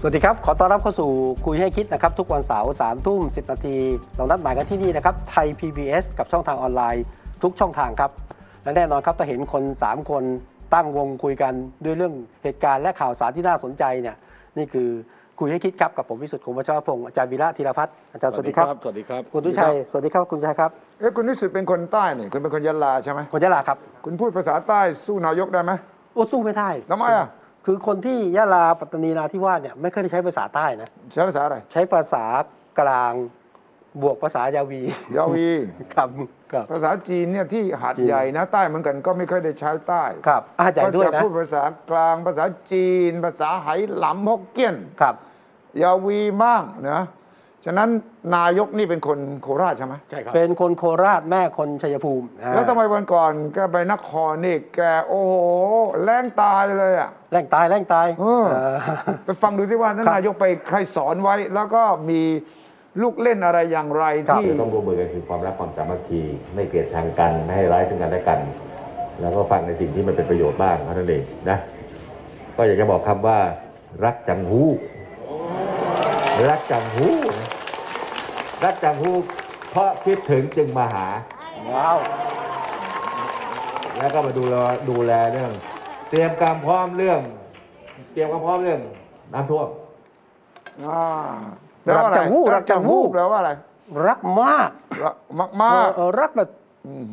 สวัสดีครับ ขอต้อนรับเข้าสู่คุยให้คิดนะครับ ทุกวันเสาร์สามทุ่มสินาที เรานัดหมายกันที่นี่นะครับ ไทย PBS กับช่องทางออนไลน์ ทุกช่องทางครับ และแน่นอนครับถ้าเห็นคน 3 คนตั้งวงคุยกันด้วยเรื่องเหตุการณ์และข่าวสารที่น่าสนใจเนี่ยนี่คือคุยให้คิดครับกับผมวิสุทธิ์คงวัชรพงศ์อาจารย์วีระธีรพัฒน์อาจารย์สวัสดีครับ สวัสดีครับ คุณทุชัยสวัสดีครับคุณทุชัยครับ เอ้ยคุณนิสิตเป็นคนใต้นี่คุณเป็นคนยะลาใช่ไหม คนยะลาครับ คุณพูดภาษาใต้สู้นายกได้ไหม โอ้สู้ไม่ได้ ทำไมอ่ะ คือคนที่ยะลาปัตตานีนาทิวาสเนี่ยไม่เคอยได้ใช้ภาษาใต้นะ ใช้ภาษาอะไร ใช้ภาษากลางบวกภาษายาวี ยาวี ครับครับ ภาษาจีนเนี่ยที่หาด จีน ใหญ่นะใต้เหมือนกันก็ไม่ค่อยได้ใช้ใต้ ครับอาจารย์ด้ ก็ วย จะ นะ พูดภาษากลางภาษาจีน ภาษาไหหลำฮกเกี้ยน ครับ ยาวีมั่งนะฉะนั้นนายกนี่เป็นคนโคราชใช่ไหม ใช่ครับ เป็นคนโคราชแม่คนชัยภูมิอ่า แล้วทำไมวันก่อนแกไปนครนี่แกโอ้โหแรงตายเลยอ่ะ แรงตายแรงตาย เออ เออ ไปฟังดูที่ว่านั้นนายกไปใครสอนไว้ แล้วก็มีลูกเล่นอะไรอย่างไร ครับ ที่ จะต้องร่วมมือกันคือความรักความสามัคคีไม่เกลียดชังกันไม่ให้ร้ายซึ่งกันและกัน แล้วก็ฟังในสิ่งที่มันเป็นประโยชน์บ้างเท่านั้นเองนะ ก็อยากจะบอกคำว่า รักจังหูรักจังหูรักจังหูเพราะคิดถึงจึงมาหา ว้าว แล้วก็มาดูแลดูแลเรื่อง เตรียมการพร้อมเรื่อง เตรียมความพร้อมเรื่องน้ำท่วม อ่าแปลว่าอะไร รักจังหู้รักจังหู้ แปลว่าอะไร รักมาก รักมาก เอ มาก อเออรักแบบ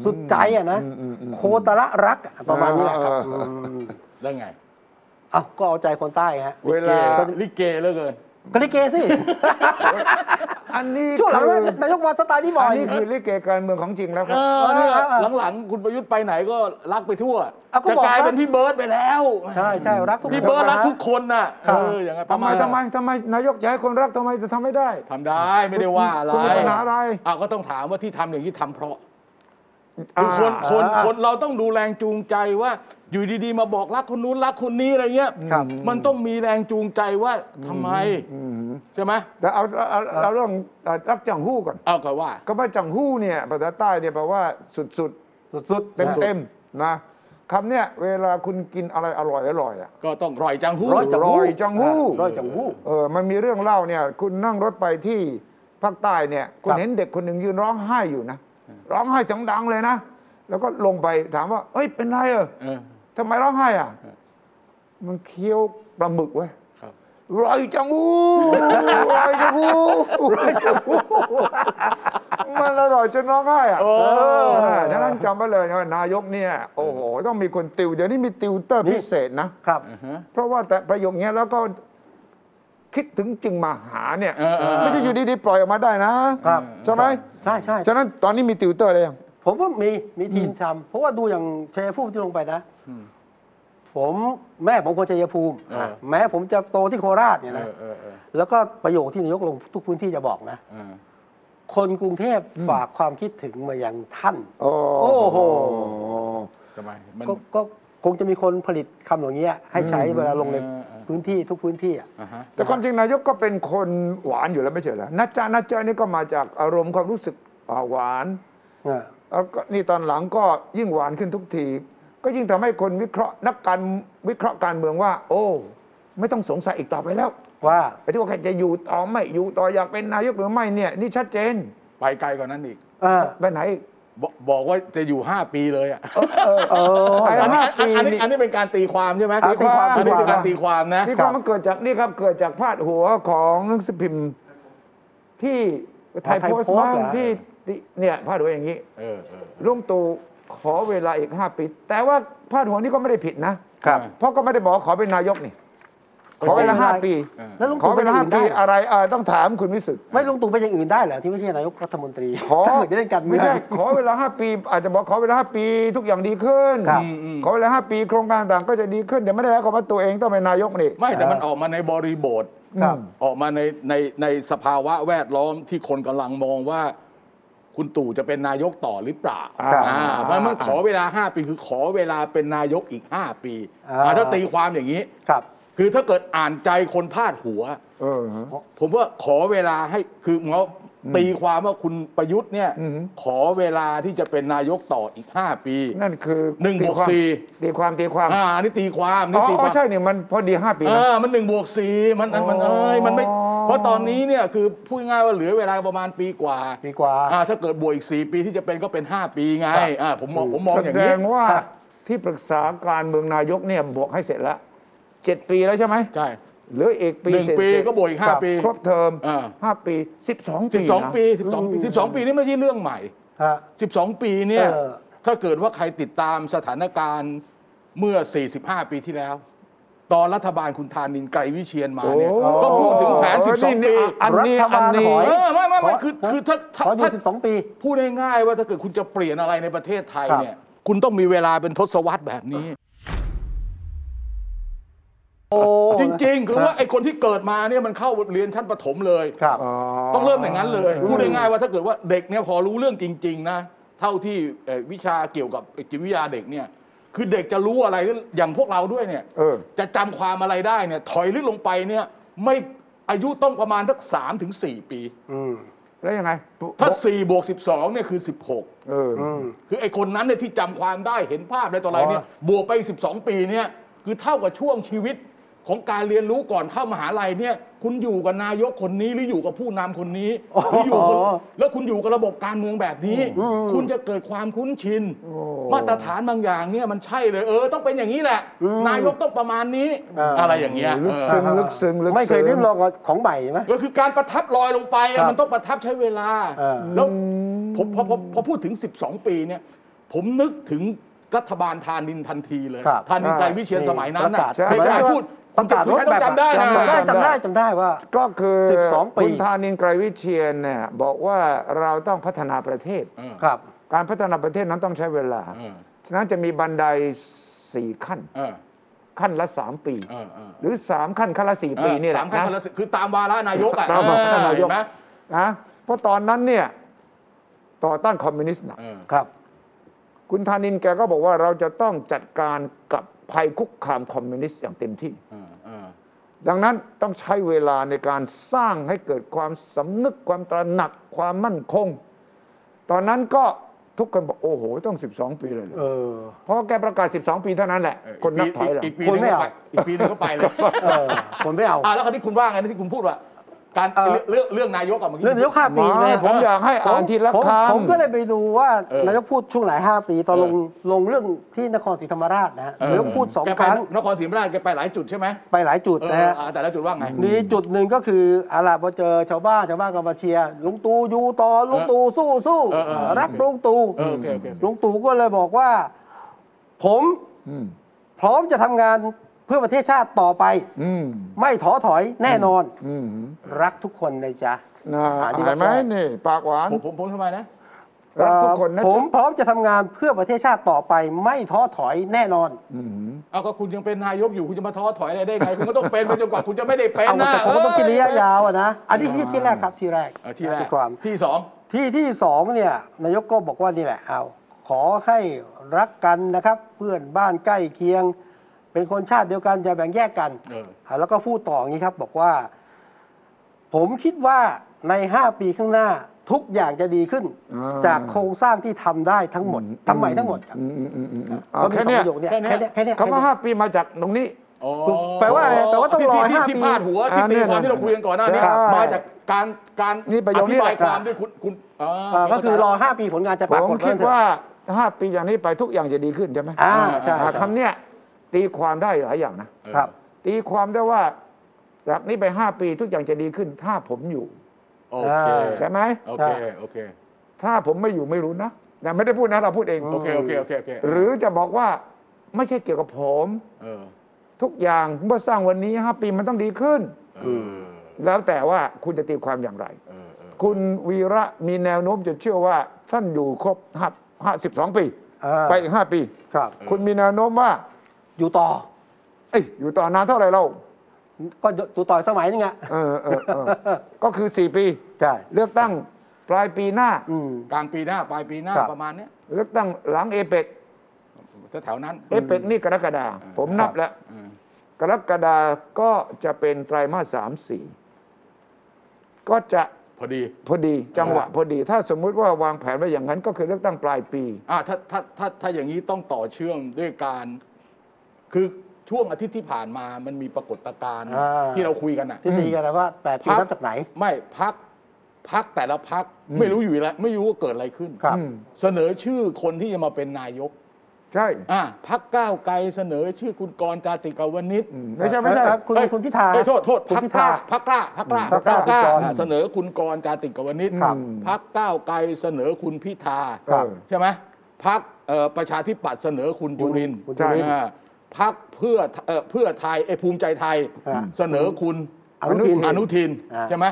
สุดใจอ่ะนะ อืมอืมอืม โคตระรักอะประมาณนี้แหละครับ เออเออเอออื ม แล้วไง เอ้าก็เอาใจคนใต้ฮะ เวลา ลิเกเหลือเกิน ก็ลิเกสิ อันนี้ ช่วงหลัง คือน ายกวันสไตล์นี่บ่อ อั ย นนี้คือลิเกการเมืองของจริงแล้วค เออรับเนี่ย เออเออ หลังๆ คุณประยุทธ์ไปไหนก็รักไปทั่ว เอาก็ จะ บอก กลาย ว่า เป็นพี่เบิร์ดไปแล้ว ใช่ใช่รักทุกคน พี่เบิร์ดรัก นะ ทุกคนน่ะ ครั เอบ ออย่างไง ทำไมทำไมทำไมนายกจะให้คนรักทำไมจะทำไม่ได้ ทำได้ไม่ได้ว่าอะไร คุณมีปัญหาอะไร อ้าวก็ต้องถามว่าที่ทำอย่างที่ทำเพราะ อ่า คือคนคน อ่า คนเราต้องดูแรงจูงใจว่า อยู่ดีๆ มาบอกรักคนนู้นรักคนนี้อะไรเงี้ย ครับ มันต้องมีแรงจูงใจว่าทำไม อืม ใช่ไหม แต่เอาเอาเอาเอาเรื่องเอ่อรักจังหู้ก่อน เอาก็ว่า ก็ว่าจังหู้เนี่ยภาษาใต้เนี่ยแปลว่าสุด สุด ๆ ๆ เต็มๆนะคำเนี่ยเวลาคุณกินอะไรอร่อยอร่อยๆอ่ะ ก็ต้องร่อยจังหู้ ร้อยจังหู้ ร้อยจังหู้ ร้อยจังหู้ เออมันมีเรื่องเล่าเนี่ย คุณนั่งรถไปที่ภาคใต้เนี่ยคุณ ครับ เห็นเด็กคนหนึ่งยืนร้องไห้อยู่นะ ร้องไห้เสียงดังเลยนะ แล้วก็ลงไปถามว่า เอ้ยเป็นไรเออ เออ ทำไมร้องไห้อ่ะ มันเคี้ยวปลาหมึกเว้ย ครับ ร้อยจังหูร้อยจังหูร้อยจังหู มันอร่อยจนร้องไห้อ่ะเออฉะนั้นจำไว้เลยนะว่านายกเนี่ยโอ้โหต้องมีคนติวเดี๋ยวนี้มีติวเตอร์ นี่ พิเศษนะ ครับ เพราะว่าแต่ประโยคเนี้ยแล้วก็คิดถึงจึงมาหาเนี่ย เออเออเออ ไม่ใช่อยู่ดีๆปล่อยออกมาได้นะครับ ใช่ไหม ใช่ใช่ ฉะนั้นตอนนี้มีติวเตอร์อะไรยัง ผมว่ามีมีทีมทำเพราะว่าดูอย่างชัยภูมิที่ลงไปนะ ผมแม่ผมคนชัยภูมิ เออ แม้ผมจะโตที่โคราชเนี่ยนะ เออเออเออ แล้วก็ประโยคที่นายกลงทุกพื้นที่จะบอกนะ เออ คนกรุงเทพฝากความคิดถึงมายังท่าน โอ้ โอ้โห ทำไมมัน ก็ก็คงจะมีคนผลิตคำเหล่านี้ให้ใช้เวลาลงใน เออเออ พื้นที่ทุกพื้นที่อะ อ่าฮะ แต่ความจริงนายกก็เป็นคนหวานอยู่แล้วไม่ใช่เหรอนัจจานัจจานี่ก็มาจากอารมณ์ความรู้สึกอ่าหวาน เออ แล้วก็นี่ตอนหลังก็ยิ่งหวานขึ้นทุกที ก็ยิ่งทำให้คนวิเคราะห์นักการวิเคราะห์การเมืองว่า โอ้ ไม่ต้องสงสัยอีกต่อไปแล้ว ว่า ไอ้ที่ว่าใครจะอยู่ต่อไม่อยู่ต่ออยากเป็นนายกหรือไม่เนี่ยนี่ชัดเจน ไปไกลกว่านั้นอีก เออ ไปไหนอีก บอกบอกว่าจะอยู่ 5 ปีเลยอ่ะ เออ ไป อันนี้อันอัน ปีนี่ นี้อันนี้เป็นการตีความใช่ไหม อ่ะตีความ อันนี้เป็นการ ตี ตีคคาววาม มนะ ี่ความมันเกิดจากนี่ครับเกิดจากพาดหัวของหนังสือพิมพ์ที่ไทย ไทย โพสต์ โพสต์ บ้าง เหรอ ที่ที่เนี่ยพาดหัวอย่างนี้ เออเออ ลุงตู่ขอเวลาอีก 5 ปี แต่ว่าพาดหัวนี้ก็ไม่ได้ผิดนะ ครับ เพราะก็ไม่ได้บอกว่าขอเป็นนายกนี่ ขอเวลาห้าปี แล้วลุง ขอ ตู่ เว เป็นอ ลา ย่างอื่นห้าปี ได้ อะไรเออต้องถามคุณวิสุทธิ์ ไม่ลุงตู่เป็นอย่างอื่นได้เหรอที่ไม่ใช่นายกรัฐมนตรี ขอ ถ้าเกิดจะเล่นการเมือ ไม่ ง ใช่ขอเวลา 5 ปี อาจจะบอกขอเวลา 5 ปีทุกอย่างดีขึ้น ครับ ขอเวลา 5 ปีโครงการต่างก็จะดีขึ้นแต่ไม่ได้หมายความว่าตัวเองต้องเป็นนายกนี่ ไม่แต่มันออกมาในบริบท ครับ ออกมาในในในสภาวะแวดล้อมที่คนกำลังมองว่า คุณตู่จะเป็นนายกต่อหรือเปล่า ครับ อ่าเพราะมันขอเวลา 5 ปีคือขอเวลาเป็นนายกอีก 5 ปี อ่า อ่าถ้าตีความอย่างนี้ ครับ คือถ้าเกิดอ่านใจคนพาดหัว เออฮะ ผมว่าขอเวลาให้คือเขาตีความว่าคุณประยุทธ์เนี่ย อืม ขอเวลาที่จะเป็นนายกต่ออีก 5 ปี นั่นคือ หนึ่งบวกสี่ ตีความตีความ อ่าอันนี่ตีความ อ๋ นี่ อ ตีค อ๋อ วาม ใช่เนี่ยมันพอดี 5 ปี เอ นะ อมันหนึ่งบวกสี่มันมันมัน อ๋อ เอ้ยมันไม่ เพราะตอนนี้เนี่ยคือพูดง่ายว่าเหลือเวลาประมาณปีกว่า ปีกว่า อ่า ถ้าเกิดบวกอีกสี่ปีที่จะเป็นก็เป็นห้าปีไงอ่าผมมองผมมอง แส อย่าง ด นี้ งว่า ครับ ที่ปรึกษาการเมืองนายกเนี่ยบวกให้เสร็จแล้วเจ็ดปีแล้วใช่ไหม ใช่ เหรืออีกปี หนึ่ง เสร็จ ปีก็บวกอีกห้า ครับ ปี ครบเทอม อ่า ห้าปีสิบสอง สิบ ปี สอง นะ ปีสิบสองปีสิบสองปีนี่ไม่ใช่เรื่องใหม่ ฮะ สิบสองปีเนี่ย เออ ถ้าเกิดว่าใครติดตามสถานการณ์เมื่อ 45 ปีที่แล้ว ตอนรัฐบาลคุณธานินทร์ไกรวิเชียนมาเนี่ย โอ้ ก็พูดถึงแผน โอ้ 12 นี่ ปี อันนี้ รัฐ อั บาน ล นี้ ขอ เออไม่ไม่ไม่คือ ขอ คือถ้าถ้า ขออยู่ ถ้า 12 ปี พูดง่ายๆว่าถ้าเกิดคุณจะเปลี่ยนอะไรในประเทศไทย ครับ เนี่ย คุณต้องมีเวลาเป็นทศวรรษแบบนี้ โอ้ จริงๆ คือว่าไอ้คนที่เกิดมาเนี่ยมันเข้าเรียนชั้นประถมเลย ครับ ต้องเริ่มอย่างนั้นเลย พูดง่ายๆว่าถ้าเกิดว่าเด็กเนี่ยพอรู้เรื่องจริง ๆ นะ เท่าที่เอ่อวิชาเกี่ยวกับจิตวิทยาเด็กเนี่ย คือเด็กจะรู้อะไรอย่างพวกเราด้วยเนี่ย เออ จะจำความอะไรได้เนี่ย ถอยลึกลงไปเนี่ย ไม่อายุต้องประมาณสักสามถึงสี่ปี อืม แล้วยังไง ถ้าสี่บวกสิบสองเนี่ยคือสิบหก เออ อืม คือไอ้คนนั้นเนี่ยที่จำความได้เห็นภาพอะไรต่ออะไรเนี่ยบวกไปอีก12 ปีเนี่ยคือเท่ากับช่วงชีวิตของการเรียนรู้ก่อนเข้ามหาลัยเนี่ยคุณอยู่กับนายกคนนี้หรืออยู่กับผู้นำคนนี้หรืออยู่กับแล้วคุณอยู่กับระบบการเมืองแบบนี้ คุณจะเกิดความคุ้นชิน มาตรฐานบางอย่างเนี่ยมันใช่เลยเออต้องเป็นอย่างนี้แหละ นายกต้องประมาณนี้ อ่า อะไรอย่างเงี้ย ลึก เออ ซึ้งลึกซึ้งลึกซึ้ง ไม่เคยเรียกร้องของใหม่ใช่ไหม ก็คือการประทับรอยลงไปคอะรับ มันต้องประทับใช้เวลา เออ แล้วผมพอพอพอพูดถึง 12 ปีเนี่ย ผมนึกถึงรัฐบาลทานินทันทีเลย ครับ ทานินไกรวิเชียนสมัยนั้น ประ น่ะ กาศ ใช่ ไม่ ใช่ ใช่พูด ประกาศ คุณ รถ ใช้ แบ ต้อง บ จำได้นะ จำได้ จำ จำ ได้ ได้จำได้ว่า ก็คือ 12ปี คุณธานินทร์ไกรวิเชียนเนี่ยบอกว่าเราต้องพัฒนาประเทศ ครับ การพัฒนาประเทศนั้นต้องใช้เวลา เออ ฉะนั้นจะมีบันไดสี่ขั้น เออ ขั้นละ 3 ปี เออเออ หรือ 3 ขั้นขั้นละ 4 ปีนี่แห สา ละ มขั้นตอน นะ ละสิคือตามวาระนายกอะ ตามวาระนายก เห็ไหม นะเพราะตอนนั้นเนี่ยต่อต้านคอมมิวนิสต์หนัก เออ ครับ คุณธานินแกก็บอกว่าเราจะต้องจัดการกับภัยคุกคามคอมมิวนิสต์อย่างเต็มที่ เออเออ ดังนั้นต้องใช้เวลาในการสร้างให้เกิดความสำนึกความตระหนักความมั่นคง ตอนนั้นก็ทุกคนบอก โอ้โห ต้อง 12 ปีเลยเหรอ เออ เพราะแกประกาศ 12 ปีเท่านั้นแหละ เออ คนนับถอยเหรอ อีกปี คน นึง ไม่เอาก็ไปอีกปีนึงก็ไปเลย เออผมไม่เอา อ่ะแล้วคราวนี้คุณว่าไงนะที่คุณพูดว่า การ เออ เรื่องเรื่องนายกอะเมื่อกี้ เรื่องนายกห้าปี ไม่ เนี่ย ผมอยากให้อ่านทีละ ผม คำ ผมก็เลยไปดูว่า เออน ายกพูดช่วงไหนห้าปีตอน เอ ล อ งลงเรื่องที่นครศรีธรรมราชนะฮะนายกพูดสอง แก ค ไป รั้ง นครศรีธรรมราชแกไปหลายจุดใช่ไหม ไปหลายจุด เออ นะฮะ อ่าแต่ละจุดว่าไง มีจุดหนึ่งก็คืออาลาพอเจอชาวบ้านชาวบ้านก็มาเชียร์ลุงตู่อยู่ต่อลุงตู่สู้สู้ เออเออเออ รักลุงตู่ เออโอเคโอเค ลุงตู่ก็เลยบอกว่า ผม อืม พร้อมจะทำงานเพื่อประเทศชาติต่อไป อืม ไม่ท้อถอยแน่นอน อืม รักทุกคนนะจ๊ะ นะ หที่ เห็นไหมนี่ ปากหวาน ผมผมผมทำไมนะ รักทุกคนนะ เอ่อผ จ๊ะ มพร้อมจะทำงานเพื่อประเทศชาติต่อไป ไม่ท้อถอยแน่นอน อืม เอาก็คุณยังเป็นนายกอยู่คุณจะมาท้อถอยอะไรได้ไง คุณก็ต้องเป็นไปจนกว่าคุณจะไม่ได้เป็น เอา นะ แต่ผมก็ต้องคิดระยะยาวอะนะอันนี้ที่ที่แรกครับที่แรก เออที่แรก ใจความ ที่สอง ที่ที่สองเนี่ยนายกก็บอกว่านี่แหละเอาขอให้รักกันนะครับ เพื่อนบ้านใกล้เคียง เป็นคนชาติเดียวกันอย่าแบ่งแยกกัน เออ าแล้วก็พูดต่ออย่างนี้ครับ บอกว่า ผมคิดว่าใน 5 ปีข้างหน้าทุกอย่างจะดีขึ้น จากโครงสร้างที่ทำได้ทั้งหมดทำใหม่ทั้งหมดครับ อืมอืมอืมอืม ก็ เอา มี แค่ สอง เนี้ย ประโยคเนี่ยแค่เนี้ยแค่เนี้ย คำว่าห้าปีมาจากตรงนี้ อ๋อ แปลว่าอะไรแปลว่าต้องรอ ที่ที่ ห้าปีที่พาดหัวที่ อ่า ตี เนี่ย ความที่เราคุยกันก่อนหน้านี้ ใช่ มาจากการการ นี่ประโย อ คนี้ ธิบาย แหละ ความด้วยคุณคุณอ่า เอ่อก็คือรอ 5 ปีผลงานจะ ผ ปราม กฏ คิด เถอะ ว่าห้าปีอย่างนี้ไปทุกอย่างจะดีขึ้นใช่ไหม อ่าใช่ อ่า ใช่ คำเนี้ยตีความได้หลายอย่างนะ ครับ ตีความได้ว่าจากนี้ไป 5 ปีทุกอย่างจะดีขึ้น ถ้าผมอยู่ โอเค ใช่ไหม โอเคโอเค ถ้าผมไม่อยู่ไม่รู้นะนะไม่ได้พูดนะเราพูดเอง โอเคโอเคโอเคโอเค หรือจะบอกว่าไม่ใช่เกี่ยวกับผม เออ ทุกอย่างเมื่อสร้างวันนี้ห้าปีมันต้องดีขึ้น อืม แล้วแต่ว่าคุณจะตีความอย่างไร เออเออ คุณวีระมีแนวโน้มจะเชื่อว่าท่านอยู่ครบห้าห้าสิบสองปี อ่า ไปอีกห้าปี ครับ คุณมีแนวโน้มว่า อยู่ต่อ เอ้ยอยู่ต่อนานเท่าไหร่เรา ก็อยู่ต่ออีกสมัยนึงอ่ะ เออเออเออ ก็คือสี่ปี ใช่ เลือกตั้งปลายปีหน้า อืม กลางปีหน้าปลายปีหน้า ครับ ประมาณเนี้ย เลือกตั้งหลังเอเปก แถวๆนั้น เอเปกนี่กรกฎาผมนับแล้ว เออก รกฎาก็จะเป็นไตรมาสสามสี่ก็จะ พอดี พอดีจังหวะ ครับ พอดี ถ้าสมมุติว่าวางแผนไว้อย่างนั้น ก็คือเลือกตั้งปลายปี อ่าถ้าถ้าถ้าถ้าอย่างนี้ต้องต่อเชื่อมด้วยการ คือช่วงอาทิตย์ที่ผ่านมามันมีปรากฏการณ์ อ่า ที่เราคุยกันอ่ะ ที่ตีกันนะว่าแปดปี ครับ นับจากไหน ไม่พักพักแต่ละพักไม่รู้อยู่แล้วไม่รู้ว่าเกิดอะไรขึ้น ครับ อืม เสนอชื่อคนที่จะมาเป็นนายก ใช่ อ่าพักก้าวไกลเสนอชื่อคุณกรณ์จาติกาวนิช อืมไม่ใช่ไม่ใช่ ครับคุณ เอ้ย คุณพิธา เอ้ยโทษโทษ คุณ พัก พิ ก ธา ล้าพักกล้าพักกล้า พรรคกล้า พรรค คุณกรณ์ อ่ะเสนอคุณกรณ์จาติกาวนิช ครับ พักก้าวไกลเสนอคุณพิธา ครับ ใช่ไหมพักประชาธิปัตย์เสนอคุณจุรินทร์ คุณจุรินทร์ อ่าพักเพื่อเอ่อเพื่อไทยไอ้ยภูมิใจไทย อ่า เสนอคุณ อนุทิน อนุทิน อ่า ใช่ไหม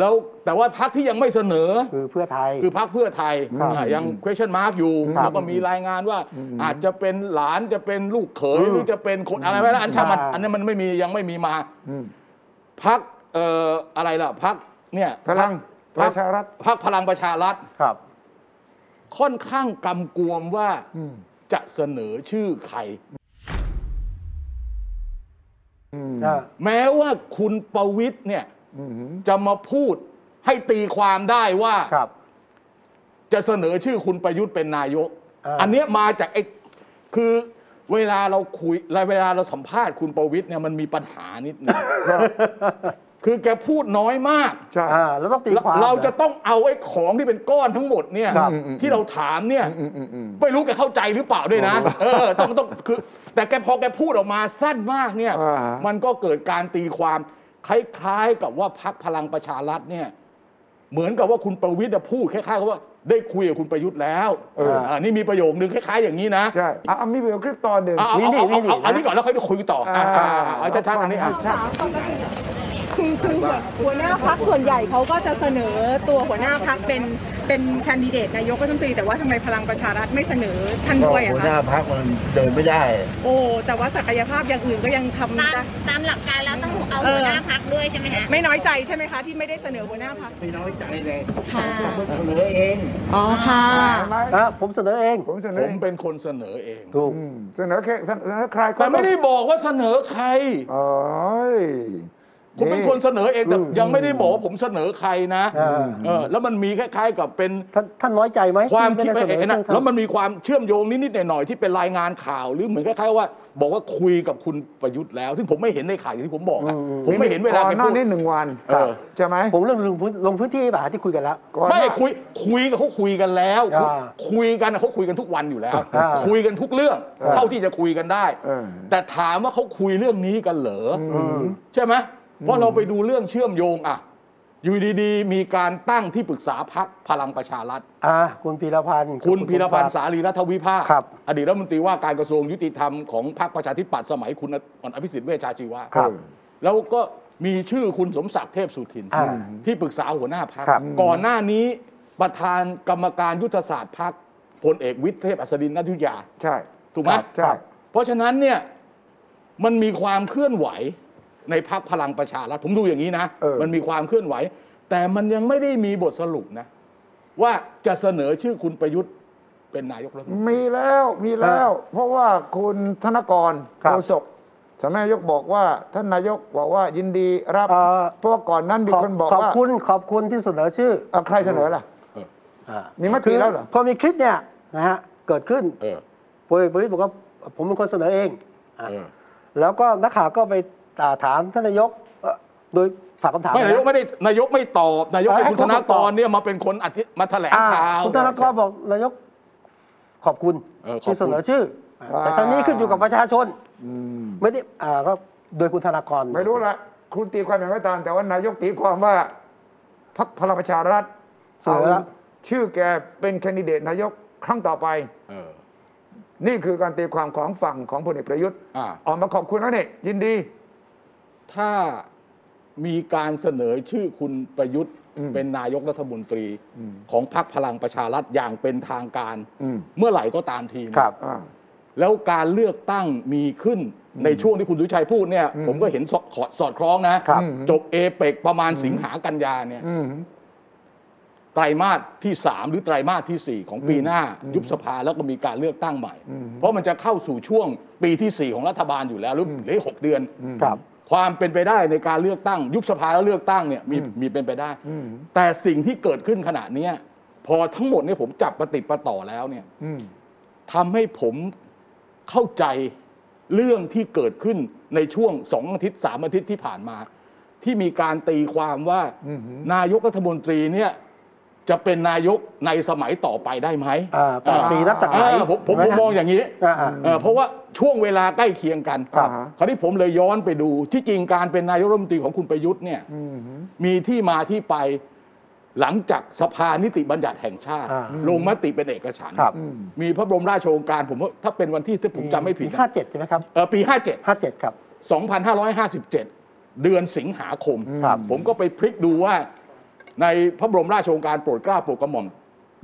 แล้วแต่ว่าพักที่ยังไม่เสนอ คือเพื่อไทย คือพักเพื่อไทย ครับ อ่ายัง question mark อยู่ ครับ แล้วก็มีรายงานว่า อาจจะเป็นหลานจะเป็นลูกเขย อืม หรือจะเป็นคนอะไรไม่รู้อันช่างมัน อ่า อันนั้นมันไม่มียังไม่มีมา อืม พักเอ่ออะไรล่ะพักเนี่ย พลังป พรร ระ ค ชารัฐ พักพลังประชารัฐ ครับ ค่อนข้างกำกวมว่า อืม จะเสนอชื่อใคร อืม อ่า แม้ว่าคุณประวิทย์เนี่ย อืม จะมาพูดให้ตีความได้ว่า ครับ จะเสนอชื่อคุณประยุทธ์เป็นนายก อ่า อันเนี้ยมาจากไอ้คือเวลาเราคุยเวลาเราสัมภาษณ์คุณประวิทย์เนี่ยมันมีปัญหานิดหนึ งคือแกพูดน้อยมาก ใช่ อ่าแล้วต้องตีความ เราจะต้องเอาไอ้ของที่เป็นก้อนทั้งหมดเนี่ย ครับ ที่เราถามเนี่ย อืมอืมอืม ไม่รู้แกเข้าใจหรือเปล่าด้วยนะ เออ ต้องต้องคือ แต่แกพอแกพูดออกมาสั้นมากเนี่ย อ่าฮะ มันก็เกิดการตีความคล้ายๆกับว่าพักพลังประชารัฐเนี่ย เหมือนกับว่าคุณประวิทย์พูดคล้ายๆกับว่าได้คุยกับคุณประยุทธ์แล้ว เอออ่ านี่มีประโยคนึงคล้ายๆอย่างนี้นะ ใช่อ่ะอ่ะมีประโยคคลิปตอนหนึ่ง เอาเอา นี่ เอา นี่นี่เอานะเอาอันนี้ก่อนแล้วค่อยไปคุยต่ออ่า อ่า ๆเอาชัดๆอันนี้อ่ะ สาวปกติคือคือหัวหน้าพักส่วนใหญ่เขาก็จะเสนอตัวหัวหน้าพักเป็นเป็นแคนดิเดตนายกรัฐมนตรีแต่ว่าทำไมพลังประชารัฐไม่เสนอท่าน ก็ ด้วยอะ หัวหน้า คะ พักมันเดินไม่ได้ โอ้แต่ว่าศักยภาพอย่างอื่นก็ยังทำ ตาม ได้ ตามหลักการแล้วต้องเอา เอ หั อ วหน้าพักด้วยใช่ไหมฮะ ไม่น้อยใจใช่ไหมคะที่ไม่ได้เสนอหัวหน้าพัก ไม่น้อยใจเลย ค่ะ เสนอเอง อ๋อค่ะ เห็นไหม อ่ะผมเสนอเอง ผมเสน ผ อ มเป็นคนเสนอเอง ถูก อืมเสนอแค่เสนอใครก็ แต่ไม่ได้บอกว่าเสนอใคร โอ้ย ผมเป็นคนเสนอเองแต่ อืม ยังไม่ได้บอกว่าผมเสนอใครนะ อ่า เออ แล้วมันมีคล้ายๆกับเป็น ท่านท่านน้อยใจไหม ความคิด ที่ไได้ไปเสน เห็ อน นะ ชื่อท่า แล้วมันมีความเชื่อมโยงนิดๆหน่อยๆที่เป็นรายงานข่าวหรือเหมือนคล้ายๆว่า บอกว่าคุยกับคุณประยุทธ์แล้ว ซึ่งผมไม่เห็นในข่าวอย่างที่ผมบอกอะ อืม ผมไม่เห็นเวลา ก่อ แก นหน้า พูด นี้หนึ่งวัน เออ ใช่ไหม ผมเรื่องลงพื้นลงพื้นที่ป่ะที่คุยกันแล้ว ก่อนห ไม่ น้า คุยคุยกับเขาคุยกันแล้ว อ่า คุยกันอะเขาคุยกันทุกวันอยู่แล้ว อ่า คุยกันทุกเรื่อง เออ เท่าที่จะคุยกันได้ เออ แต่ถามว่าเขาคุยเรื่องนี้กันเหรออ อืม ใช่ไหมเพราะเราไปดูเรื่องเชื่อมโยงอะอยู่ดีๆ มีการตั้งที่ปรึกษาพักพลังประชารัฐ อ่าคุณพีรพันธ์ คุณพีรพันธ์สารีรัฐวิภาค ครับ อดีตรัฐมนตรีว่าการกระทรวงยุติธรรมของพรรคประชาธิปัตย์สมัยคุณอภิสิทธิ์เวชชาชีวะ ครับ แล้วก็มีชื่อคุณสมศักดิ์เทพสุทิน อ่า ที่ปรึกษาหัวหน้าพรรค ครับ ก่อนหน้านี้ประธานกรรมการยุทธศาสตร์พรรคพลเอกวิทย์เทพอัศดินนัทยุทธยา ใช่ ถูกไหม ครับใช่ เพราะฉะนั้นเนี่ยมันมีความเคลื่อนไหวในพักพลังประชารัฐผมดูอย่างนี้นะ เออ มันมีความเคลื่อนไหว แต่มันยังไม่ได้มีบทสรุปนะ ว่าจะเสนอชื่อคุณประยุทธ์เป็นนายกรัฐมนตรี มีแล้วมีแล้ว เพราะว่าคุณธนกร ครับ โฆษกสำนักนายกบอกว่า ท่านนายกบอกว่ายินดีรับ เอ่อ เพราะว่าก่อนนั้นมี ขอบ คนบอก ขอบ ว่า คุณขอบคุณที่เสนอชื่อ เอาใครเสนอล่ะ อ่า มีมติแล้วเหรอ พอมีคลิปเนี่ยนะฮะเกิดขึ้น เออ พลเอกประวิตยบอกว่าผมเป็นคนเสนอเองอ่ะ เออ แล้วก็นักข่าวก็ไปอ่าถามท่านนายกเอ่อโดยฝากคำถาม ไม่นายก นะ ไม่ได้นายกไม่ตอบนายกให้ ให้ คุณ คุ ธ ณ นา สมป ก อง รเนี่ยมาเป็นคนอธิมาแถลง อ่า ข่าว คุณธนกรบอกนายกขอบคุณ เออขอบคุณ ที่เสนอชื่ออ่ะแต่ทั้งนี้ขึ้นอยู่กับประชาชนไม่ได้อ่าก็โดยคุณธนากร ไม่รู้ละคุณตีความอย่างไรก็ตาม แต่ว่านายกตีความว่าพรรคพลังประชารัฐ เสนอแล้ว ชื่อแกเป็นแคนดิเดตนายกครั้งต่อไป เออ นี่คือการตีความของฝั่งของพลเอกประยุทธ์ อ่า ออกมาขอบคุณแล้วนี่ยินดี ถ้ามีการเสนอชื่อคุณประยุทธ์ อืม เป็นนายกรัฐมนตรี อืม ของพรรคพลังประชารัฐอย่างเป็นทางการ อืม เมื่อไหร่ก็ตามทีนะครับ อ่า แล้วการเลือกตั้งมีขึ้นในช่วงที่คุณสุชัยพูดเนี่ย อืม ผมก็เห็นสอดขอสอดคล้องนะ ครับ จบเอเปกประมาณสิงหากันยาเนี่ย อืม ไตรมาสที่ 3 หรือไตรมาสทีสี่ 4 ของปีหน้า อืม ยุบสภาแล้วก็มีการเลือกตั้งใหม่ อืม เพราะมันจะเข้าสู่ช่วงปีทีสี่ 4 ของรัฐบาลอยู่แล้วหรือเหลืออกหกเดือน อืม ครับ ความเป็นไปได้ในการเลือกตั้ง ยุบสภาแล้วเลือกตั้งเนี่ยมี อืม มีเป็นไปได้ อืม แต่สิ่งที่เกิดขึ้นขณะเนี้ยพอทั้งหมดเนี่ยผมจับประติดประต่อแล้วเนี่ย อืม ทำให้ผมเข้าใจเรื่องที่เกิดขึ้นในช่วงสองอาทิตย์สามอาทิตย์ที่ผ่านมา ที่มีการตีความว่า อือหือ นายกรัฐมนตรีเนี่ยจะเป็นนายกในสมัยต่อไปได้ไหม อ่าแปดปีนับจากไหน อ่าผมผมผมมองอย่างนี้ อ่าอ่า เอ่อเพราะว่าช่วงเวลาใกล้เคียงกัน ครับ คราวนี้ผมเลยย้อนไปดู ที่จริงการเป็นนายกรัฐมนตรีของคุณประยุทธ์เนี่ย อืม มีที่มาที่ไปหลังจากสภานิติบัญญัติแห่งชาติ อ่า ลงมติเป็นเอกฉันท์ ครับ อืม มีพระบรมราชโองการผมว่าถ้าเป็นวันที่ถ้าผมจำไม่ผิด ห้า นะ เจ็ดใช่ไหมครับ เอ่อปี 57 ห้าเจ็ดครับ 2557 เดือนสิงหาคม ครับ ผมก็ไปพลิกดูว่าในพระบรมราชโองการโปรดเกล้าโปรดกระหม่อม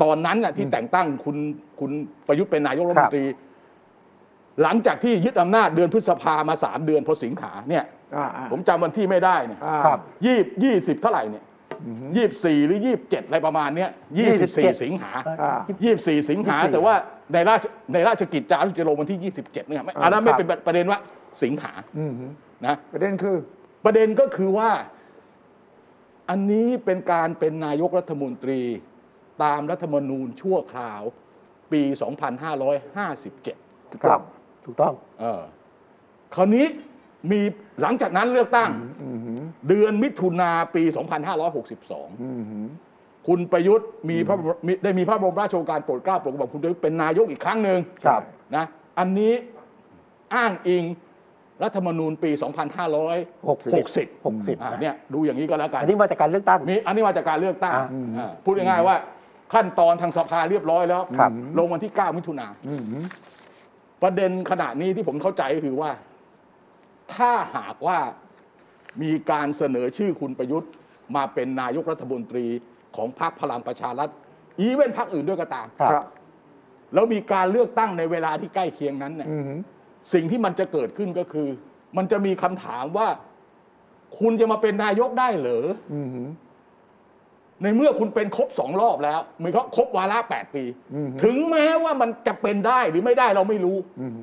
ตอนนั้นน่ะที่แต่งตั้งคุณคุณประยุทธ์เป็นนายกรัฐมนตรี หลังจากที่ยึดอำนาจเดือนพฤษภามาสามเดือนพอสิงหาเนี่ย อ่าอ่า ผมจำวันที่ไม่ได้เนี่ย อ่า ครับ ยี่ยี่สิบเท่าไหร่เนี่ยยี่สิบสี่หรือยี่สิบเจ็ดอะไรประมาณเนี้ยยี่สิบสี่ 27 สิงหา อ่า 24 สิงหา 24 แต่ว่าในราชในราชกิจจานุเบกษาวันที่ 27เนี่ยไม่อันนั้นไม่เป็นประเด็นว่าสิงหา อืม นะ ประเด็นคือ ประเด็นก็คือว่าอันนี้เป็นการเป็นนายกรัฐมนตรีตามรัฐธรรมนูญชั่วคราวปี 2557 ครับถูกต้อง เออคราวนี้มีหลังจากนั้นเลือกตั้งเดือนมิถุนาปี 2562 อืม คุณประยุทธ์มีพระบรมมีได้มีพระบรมราชโองการโปรดเกล้าโปรดกระหม่อมคุณประยุทธ์เป็นนายกอีกครั้งหนึ่ง ครับ นะอันนี้อ้างอิงรัฐธรรมนูญปี หกสิบ 2560 หกสิบ อ่ะ นะ เนี่ยดูอย่างนี้ก็แล้วกัน อันนี้มาจากการเลือกตั้ง มีอันนี้มาจากการเลือกตั้ง อ่ะ อ่ะพูดง่ายๆว่า ขั้นตอนทางสภาเรียบร้อยแล้ว ครับ ลงวันที่ 9 มิถุนา อืม ประเด็นขณะนี้ที่ผมเข้าใจก็คือว่า ถ้าหากว่ามีการเสนอชื่อคุณประยุทธ์ มาเป็นนายกรัฐมนตรีของพรรคพลังประชารัฐอีเว้นพรรคอื่นด้วยก็ตาม ครับ ครับ แล้วมีการเลือกตั้งในเวลาที่ใกล้เคียงนั้นเนี่ย อืม สิ่งที่มันจะเกิดขึ้นก็คือ มันจะมีคำถามว่า คุณจะมาเป็นนายกได้เหรอ อืม ในเมื่อคุณเป็นครบสองรอบแล้วเหมือนเขาครบวาระแปดปี อืม ถึงแม้ว่ามันจะเป็นได้หรือไม่ได้เราไม่รู้ อืม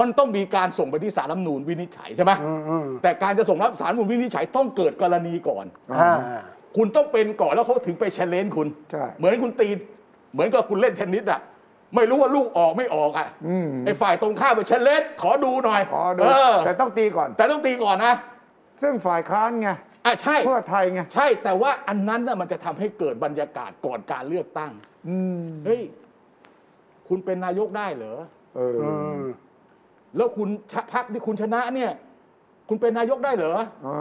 มันต้องมีการส่งไปที่สารรัฐธรรมนูญวินิจฉัยใช่ไหม อืมอืม แต่การจะส่งรับสารรัฐธรรมนูญวินิจฉัยต้องเกิดกรณีก่อน อ่า คุณต้องเป็นก่อนแล้วเขาถึงไปเชลเลนคุณ ใช่ เหมือนคุณตี เหมือนกับคุณเล่นเทนนิสอ่ะไม่รู้ว่าลูกออกไม่ออกอ่ะ อืม ไอ้ฝ่ายตรงข้ามไปเชลเลนขอดูหน่อย ขอดู เออ แต่ต้องตีก่อน แต่ต้องตีก่อนนะ ซึ่งฝ่ายค้านไง อ่ะใช่ เพื่อไทยไง ใช่แต่ว่าอันนั้นน่ะมันจะทำให้เกิดบรรยากาศก่อนการเลือกตั้ง อืม เฮ้ย คุณเป็นนายกได้เหรอ เออ อืม แล้วคุณชะพักที่คุณชนะเนี่ย คุณเป็นนายกได้เหรอ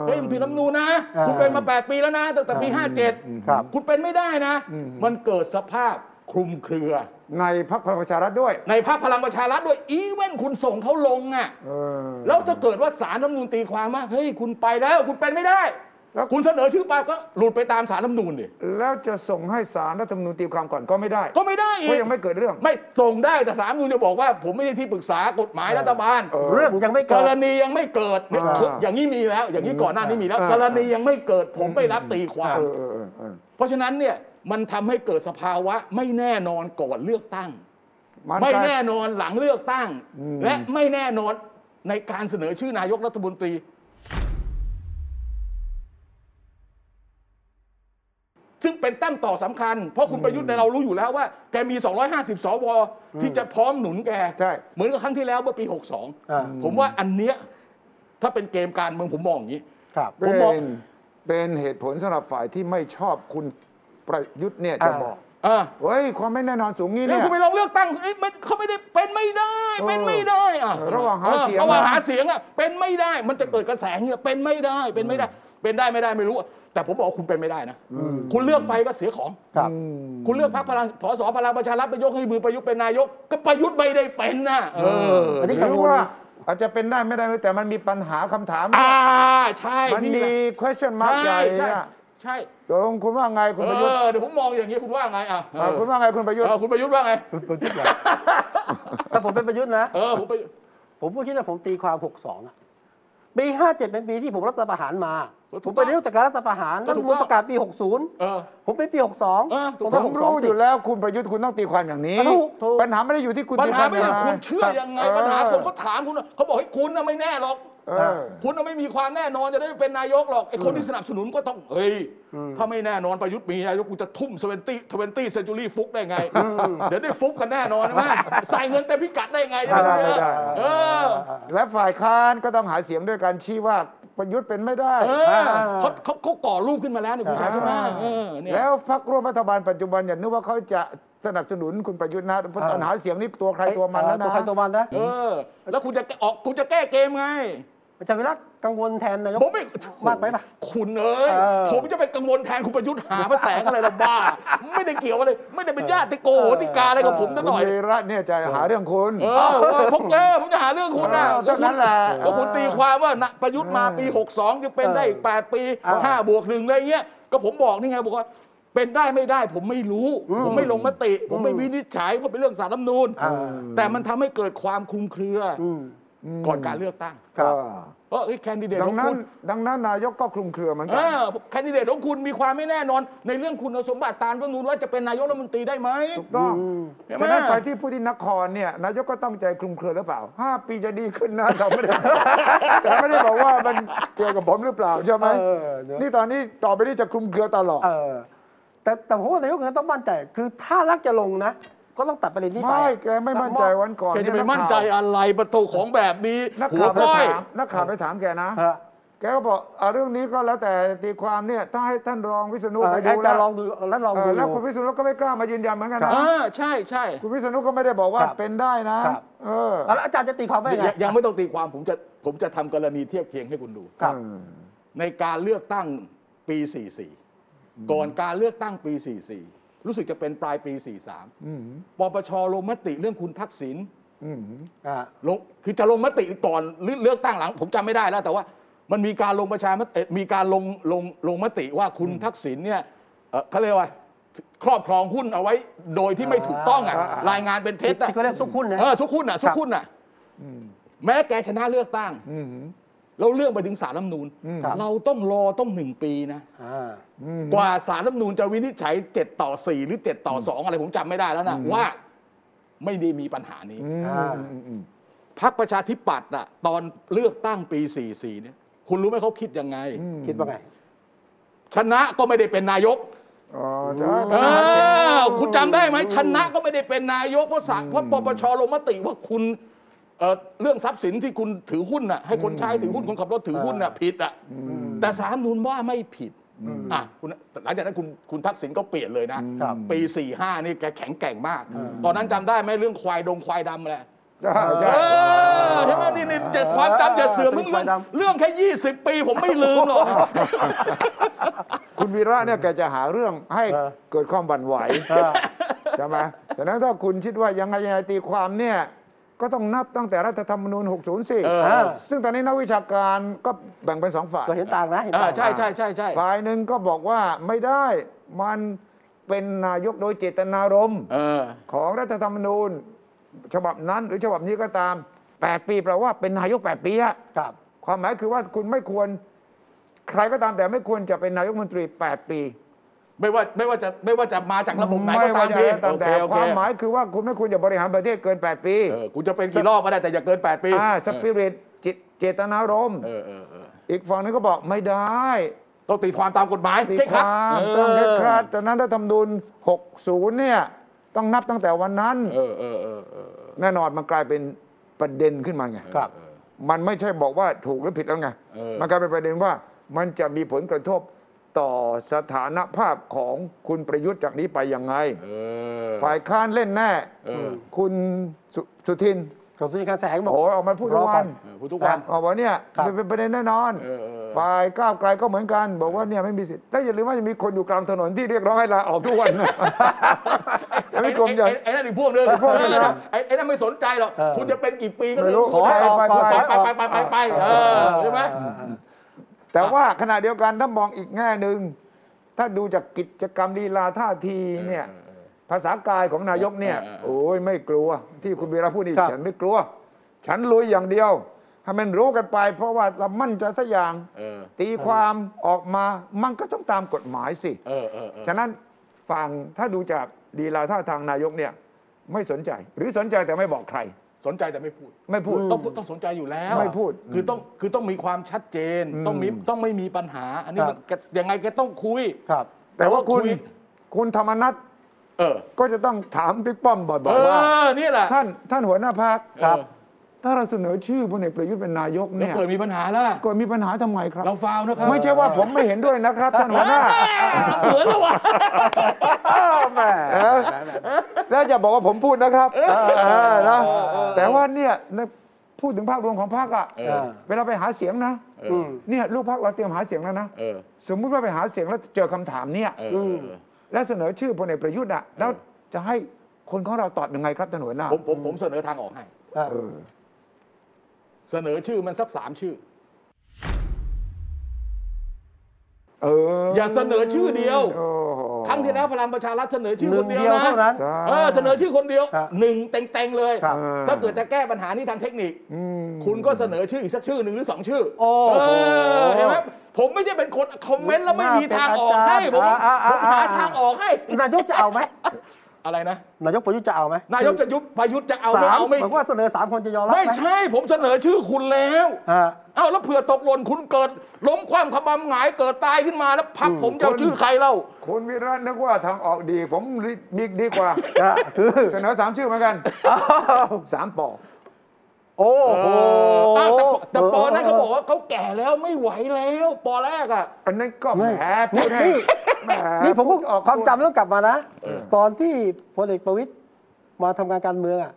เฮ้ยมันผิดรัฐธรรมนูญนะ อ่า คุณเป็นมา 8 ปีแล้วนะ ตั้งแต่ปี อ่า 57 ครับ คุณเป็นไม่ได้นะ มันเกิดสภาพคลุมเครือ ในพรรคพลังประชารัฐด้วย ในภาคพลังประชารัฐด้วย อีเว้นคุณส่งเขาลงอะ่ะ เออ แล้วถ้าเกิดว่าสารรัฐธรรมนูญตีความว่า เฮ้ย คุณไปแล้ว คุณเป็นไม่ได้ แล้ว คุณเสนอชื่อไปก็หลุดไปตามสารรัฐธรรมนูญดิ แล้วจะส่งให้สารรัฐธรรมนูญตีความก่อนก็ไม่ได้ ก็ไม่ได้อี เพราะ ก ยังไม่เกิดเรื่อง ไม่ส่งได้แต่สารรัฐธรรมนูญจะบอกว่า ผมไม่ได้ที่ปรึกษากฎหมายรัฐบาล เออ เรื่องยังไม่ ก เกิด รณียังไม่เกิดเนี่ย อ่า คืออย่างนี้มีแล้ว อย่างนี้ก่อนหน้านี้มีแล้ว อ่าก ก รณียังไม่เกิดผมไม่รับตีความ เออเออเออเออ เพราะฉะนั้นเนี่ยมันทำให้เกิดสภาวะไม่แน่นอนก่อนเลือกตั้ง มัน ไม่ กลาย แน่นอนหลังเลือกตั้ง อืม และไม่แน่นอนในการเสนอชื่อนายกรัฐมนตรี ซึ่งเป็นแต้มต่อสำคัญ เพราะคุณประยุทธ์เนี่ยเรารู้อยู่แล้วว่า แกมี 250 สว ที่จะพร้อมหนุนแก ใช่ เหมือนกับครั้งที่แล้วเมื่อปี 62 อ่า ผมว่าอันเนี้ยถ้าเป็นเกมการเมืองผมมองอย่างนี้ ครับ ผ เป็ มบอก นเป็นเหตุผลสำหรับฝ่ายที่ไม่ชอบคุณประยุทธ์เนี่ยจะ อ่า บอก เออ เฮ้ยความไม่แน่นอนสูงงี้ แล้ว เนี่ย คุณไปลองเลือกตั้งเอ้ยไม่เขาไม่ได้เป็นไม่ได้ เป็นไม่ได้อะ เออระหว่างหาเสียง ออระหว่าง นะ หาเสียงอะเป็นไม่ได้ มันจะเกิดกระแสเงี้ยเป็นไม่ได้เป็นไม่ได้ เป็นได้ไม่ได้ไม่รู้อะแต่ผมบอกว่าคุณเป็นไม่ได้นะ คุณเลือกไปก็เสียของ ครับ คุณเลือกพรรคพลังสสพลังประชารัฐไปยกให้มือประยุทธ์เป็นนายก ก็ประยุทธ์ไม่ได้เป็นนะเออ เอออั อน นี้ หรือว่าอาจจะเป็นได้ไม่ได้แต่มันมีปัญหาคำถาม อ่าใช่ มัน นี่ มี แหละ question mark ใหญ่ ใช่ อะ ใช่ ตกลงคุณว่าไงคุณประยุทธ์ เออเดี๋ยวผมมองอย่างนี้คุณว่าไงอ่ะเออ อ่ะคุณว่าไงคุณประยุทธ์ เออคุณประยุทธ์ว่าไง ประยุทธ์เหรอแต่ผมเป็นประยุทธ์นะ เออผมไป ผมก็คิดว่าผมตีความ 62อะปี 57 เป็นปีที่ผมรัฐประหารมา ก็ผถูกมไปเรื่องจากการรัฐประหาร ก็ รัฐ ถู ธร ก รมนูญ ต้อง ประกาศปี เออ 60 ผมเป็นปี 62 เออถูก ผม ผ ทำ มรู้ 62 อ สิ ยู่แล้วคุณประยุทธ์คุณต้องตีความอย่างนี้ ถูกถูก ปัญหาไม่ได้อยู่ที่คุณ ปัญ ตีหาวคาม ไม่ใช่ ย่าง คุณเชื่อยังไงปัญหาคนเขาถามคุณว่าเขาบอกให้ยคุณน่ะไม่แน่หรอก เออ คุณน่ะไม่มีความแน่นอนจะได้เป็นนายกหรอกไอ้คนที่สนับสนุนก็ต้องเฮ้ย อืม ถ้าไม่แน่นอนประยุทธ์มีนายกกูจะทุ่มเซเวนตี้เทเวนตี้เซนจูรี่ฟุกได้ไง เดี๋ยวได้ฟุกกันแน่นอนนะแม่ใส่เงินเต็มพิกัดได้ไง ได้ได้ได้ เออ และฝ่ายค้านก็ต้องหาเสียงด้วยการชี้ว่าประยุทธ์เป็นไม่ได้ เออเขาเขาเขาก่อรูปขึ้นมาแล้วเนี่ยคุณชายใช่ไหมเออเนี่ย แล้วพรรคร่วมรัฐบาลปัจจุบันอย่านึกว่าเขาจะสนับสนุนคุณประยุทธ์นะเพราะตอนหาเสียงนี่ตัวใครตัวมันแล้ว ตัว นะ ใครตัวมันนะ เออ แล้วคุณจะแก้ออกคุณจะแก้เกมไง อาจารย์วิรักษ์กังวลแทนนายก ผม ไม่ มากไปปะ คุณเอ้ย เออ ผมจะไปกังวลแทนคุณประยุทธ์หาพระแสงอะไรละบ้า ไม่ได้เกี่ยวอะไร ไม่ได้เป็นญาติโกโหติกาอะไรกับผมนั่น คุ ห ณ น่อย วีระเนี่ยจะหาเรื่องคุณ เออว่าผมเออผมจะหาเรื่องคุณนะ เออเท่านั้นแหละ ก็คุณตีความว่านะประยุทธ์มาปี 62ยังเป็นได้อีก 8 ปี 5 บวกหนึ่งอะไรเงี้ย ก็ผมบอกนี่ไงบอกว่า เป็นได้ไม่ได้ผมไม่รู้ ผมไม่ลงมติ ผมไม่วินิจฉัยว่าเป็นเรื่องสารรัฐธรรมนูญ อ่า แต่มันทำให้เกิดความคลุมเครือ อืม อก่อนการเลือกตั้ง ครับ เออไอ้แคนดิเดต ดั ข ง อง นั้น คุณ ดังนั้นนายกก็คลุมเครือเหมือน เอ กัน อแคนดิเดตของคุณมีความไม่แน่นอน ในเรื่องคุณสมบัติตามรัฐธรรมนูญว่าจะเป็นนายกรัฐมนตรีได้ไหม ถูกต้อง เห็นไหม ฉะนั้นไปที่ผู้ที่นครเนี่ยนายกก็ตั้งใจคลุมเครือหรือเปล่า 5 ปีจะดีขึ้นนะเราไม่ได้ แต่ไม่ได้บอกว่ามันเกี่ยวกับผมหรือเปล่าใช่ไหม เออเนอะ นี่ตอนนี้ต่อไปนี้จะคลุมเครือตลอด เออ แต่แต่ผมว่านายกก็ต้องมั่นใจ คือถ้ารักจะลงนะ ก็ต้องตัดประเด็นนี้ไป ไม่แกไม่มั่นใจวันก่อน แกจะไป เย มั่นใจอะไรประตูของแบบนี้ นัก หั ข่าว วไป ก้อย ถามนักข่าวไปถามแกนะ ฮะ แกก็บอกอ่ะเรื่องนี้ก็แล้วแต่ตีความเนี่ยถ้าให้ท่านรองวิษณุ เออ ไป ให้ ดู จะ แล้ว ลองดูแล้วลอง เอ ดู อ อ แล้ว ยู่ คุณวิษณุก็ไม่กล้ามายืนยันเหมือนกันนะ เออใช่ใช่ คุณวิษณุก็ไม่ได้บอกว่า ครับ เป็นได้นะครับ เออ แล้วอาจารย์จะตีความว่ายังไง ยังยังไม่ต้องตีความผมจะผมจะทำกรณีเทียบเคียงให้คุณดู ครับ อืม ในการเลือกตั้งปี 44 ก่อนการเลือกตั้งปี 44 รู้สึกจะเป็นปลายปี อืม 43ปปชลงมติเรื่องคุณทักษิณ อืม อ่า ลงคือจะลงมติก่อนหรือเลือกตั้งหลัง ผมจำไม่ได้แล้ว แต่ว่ามันมีการลงประชามติเอ่อมีการลงลงลงมติว่าคุณทักษิณเนี่ยเอ่อเขาเรียกว่าครอบครองหุ้นเอาไว้โดยที่ไม่ถูกต้องอ่ะ อ่าอ่าอ่าร ายงานเป็นเท็จอ่ะ ที่เขาเรียกซุกหุ้นนะ เออซุกหุ้นอ่ะซุ ครั ก บ หุ้นอ่ะ อืม แม้แกชนะเลือกตั้ง อืม แล้วเรื่องไปถึงสารรัฐธรรมนูญ อืม เราต้องรอต้องหนึ่งปีนะ อ่า อืม กว่าสารรัฐธรรมนูญจะวินิจฉัย7ต่อ4หรือ7ต่อ2อะไรผมจำไม่ได้แล้วนะว่าไม่ได้มีปัญหานี้ อืม อ่า อืมอืม พรรคประชาธิปัตย์อะตอนเลือกตั้งปี 44 เนี่ย คุณรู้ไหมเขาคิดยังไง อืม คิดว่าไง ชนะก็ไม่ได้เป็นนายก อ๋อใช่ เอ ตอนนั้นหาเสียง อคุณจำได้ไหมชนะก็ไม่ได้เป็นนายก เพราะสั่งเพราะปปชลงมติว่าคุณเอ่อเรื่องทรัพย์สินที่คุณถือหุ้นน่ะให้คนใช้ถือหุ้นคนขับรถถือหุ้นน่ะผิดอ่ะแต่สาลรฐธรรมนูนว่าไม่ผิดอ่ะคุณหลังจากนั้นคุณคุณทักษิณก็เปลี่ยนเลยนะ ครับ ปี 45 นี่แกแข็งแกร่งมาก ตอนนั้นจำได้ไหมเรื่องควายดงควายดำอะไร ใช่ใช่ เออใช่ไหมนี่นี่จะความจำจะเสื่อมเรื่อง ความจำ เรื่องแค่ 20 ปีผมไม่ลืมหรอก คุณวีระเนี่ยแกจะหาเรื่องให้ เออ เกิดความบั่นไหว อ่า ใช่ไหมแต่นั้นถ้าคุณคิดว่ายังไงยังไงตีความเนี่ยก็ต้องนับตั้งแต่รัฐธรรมนูญ 60สิ เออ ซึ่งตอนนี้นักวิชาการก็แบ่งเป็นสองฝ่าย ก็เห็นต่างนะ เห็น เอ ต่า อง ใช่ใช่ใช่ใช่ ฝ่ายหนึ่งก็บอกว่าไม่ได้มันเป็นนายกโดยเจตนารมณ์ เออ ของรัฐธรรมนูญ ฉบับนั้นหรือฉบับนี้ก็ตาม 8 ปีแปลว่าเป็นนายก 8 ปีอะ ครับ ความหมายคือว่าคุณไม่ควร ใครก็ตามแต่ไม่ควรจะเป็นนายกรัฐมนตรี 8 ปี ไม่ว่าไม่ว่าจะไม่ว่าจะมาจากระบบไหน ไม่ ก็ตามที ว่จะตาม โอเค แต่ โอเควคามหมายคือว่าคุณไม่ควรจะบริหารประเทศเกิน 8 ปี เออคุณจะเป็นกี่รอบก็ได้แต่อย่าเกิน 8 ปี อ่าสปิริตจิตเจตนารมณ์ เออเออเออ อีกฝั่งนึงก็บอกไม่ได้ ต้องตีความตามกฎหมาย ตี เคร่ง ค รัด วามต้อง เอ เคร่ อง ครัดแต่นั้นรัฐธรรมนูญ60 เนี่ย ต้องนับตั้งแต่วันนั้น เออเออเออเออเออ แน่นอนมันกลายเป็นประเด็นขึ้นมาไง ครับ มันไม่ใช่บอกว่าถูกหรือผิดแล้วไง เออ มันกลายเป็นประเด็นว่ามันจะมีผลกระทบต่อสถานภาพของคุณประยุทธ์จากนี้ไปยังไง เออ ฝ่ายค้านเล่นแน่ เออ คุณสสุทิน กระทรวงการแสงบอก โอ้ยออกมาพูดทุก รอก่ วั อน น เออพูดทุกวัน บอกว่าเนี่ย ครับ มันเป็นประเด็นแน่นอน เออเออ ฝ่ายก้าวไกลก็เหมือนกัน บอกว่าเนี่ยไม่มีสิทธิ์แล้วอย่าลืมว่าจะมีคนอยู่กลางถนนที่เรียกร้องให้ลาออกทุกวันนะ ยัง ไม่กลมใหญ่ ไอ้ไอ้ไอ้นั่นอีกพวกเรื่อง ไอ้พวกนั้นนะ ไอ้ไอ้นั่นไม่สนใจหรอก เออ คุณจะเป็นกี่ปีก็ ไม่รู้ ขอ ขอให้ ไป ไป ไป ไป ไปไปไปไปไปเออใช่ไหม แต่ว่าขณะเดียวกันถ้ามองอีกแง่หนึ่งถ้าดูจากกิจกรรมลีลาท่าทีเนี่ยภาษากายของนายกเนี่ย เออเออเออ โอ้ยไม่กลัว ที่คุณวีระพูดนี่ ครับ ฉันไม่กลัว ฉันลุยอย่างเดียวให้มันรู้กันไป เพราะว่าเรามั่นใจสักอย่าง เออ ตีความออกมามันก็ต้องตามกฎหมายสิ เออเออเออ ฉะนั้นฟังถ้าดูจากลีลาท่าทางนายกเนี่ยไม่สนใจ หรือสนใจแต่ไม่บอกใคร สนใจแต่ไม่พูด ไม่พูด ต้องพูดต้องสนใจอยู่แล้ว ไม่พูด คือต้องคือต้องมีความชัดเจน อืม ต้องมีต้องไม่มีปัญหา อันนี้ ครับ มันแกยังไงแก็ต้องคุย ครับ แต่ว่าคุณ แต่ว่าคุย คุณธรรมนัท เออ ก็จะต้องถามบิ๊กป้อมบ่ เอ อยๆว่า อเนี่ยแหละ ท่านท่านหัวหน้าพัก ครับ เออ ถ้าเราเสนอชื่อพลเอกประยุทธ์เป็นนายก แล้ว เนี่ย เกิดมีปัญหาแล้วล่ะ ก็มีปัญหาทำไมครับ เราฟาวนะครับ ไม่ใช่ว่าผมไม่เห็นด้วยนะครับ ท่านหัวหน้า เหมือนแล้ววะ แหม เออแล้วจะบอกว่าผมพูดนะครับเออนะแต่ว่าเนี่ยพูดถึงภาพรวมของพรรคอะ เออ เวลาไปหาเสียงนะ เอ อื อ ม เนี่ยลูกพักเราเตรียมหาเสียงแล้วนะ เออ สมมุติว่าไปหาเสียงแล้วเจอคำถามเนี่ย เออเออเออ และเสนอชื่อพลเอกประยุทธ์อ่ะแล้ว เออ จะให้คนของเราตอบยังไงครับท่านหัวหน้า ผมผมผมเสนอทางออกให้ อ่ะ เออ เสนอชื่อมันสักสามชื่อ เออ อ อย่ าเสนอชื่อเดียว โอ้โห ครั้งที่แล้วพลังประชารัฐเสนอชื่อคนเดียว หนึ่งเดียว นะ เท่านั้น เออเสนอชื่อคนเดียว ครับ หนึ่งเต็งๆเลย ครับ ถ้าเกิดจะแก้ปัญหานี้ทางเทคนิค อืม คุณก็เสนอชื่ออีกสักชื่อหนึ่งหรือสองชื่อ โอ้โห เออเห็นไหมผมไม่ใช่เป็นคนคอมเมนต์แล้วไม่มีทางออกให้ ผม น่าเป็นอาจารย์ ผมหา อ่าอ่าอ่า ทางออกให้ นายกจะเอาไหม อะไรนะ นายกประยุทธ์จะเอาไหม นายกจะยุบประยุทธ์จะเอา สามไม่เอาไม่ ผมว่าเสนอสามคนจะยอมรับ ไม่ ไหม ใช่ผมเสนอชื่อคุณแล้ว ฮะ เอ้าแล้วเผื่อตกหล่นคุณเกิดล้มคว่ำขบำหงายเกิดตายขึ้นมาแล้วพักผมจะเอาชื่อใครเล่า คุณวิรัตนึกว่าทางออกดี ผมดีดีกว่า เสนอสามชื่อเหมือนกันสามปอ โอ้โห อ้าวแต่ปอแต่ปอนั่นเขาบอกว่าเขาแก่แล้วไม่ไหวแล้วปอแรกอ่ะ อันนั้นก็แหม ไม่ พูดให้ นี่ แห นี่ผมพูดออกความจำ แล้ว เริ่มกลับมานะ ตอนที่พลเอกประวิตยมาทำงานการเมืองอ่ะ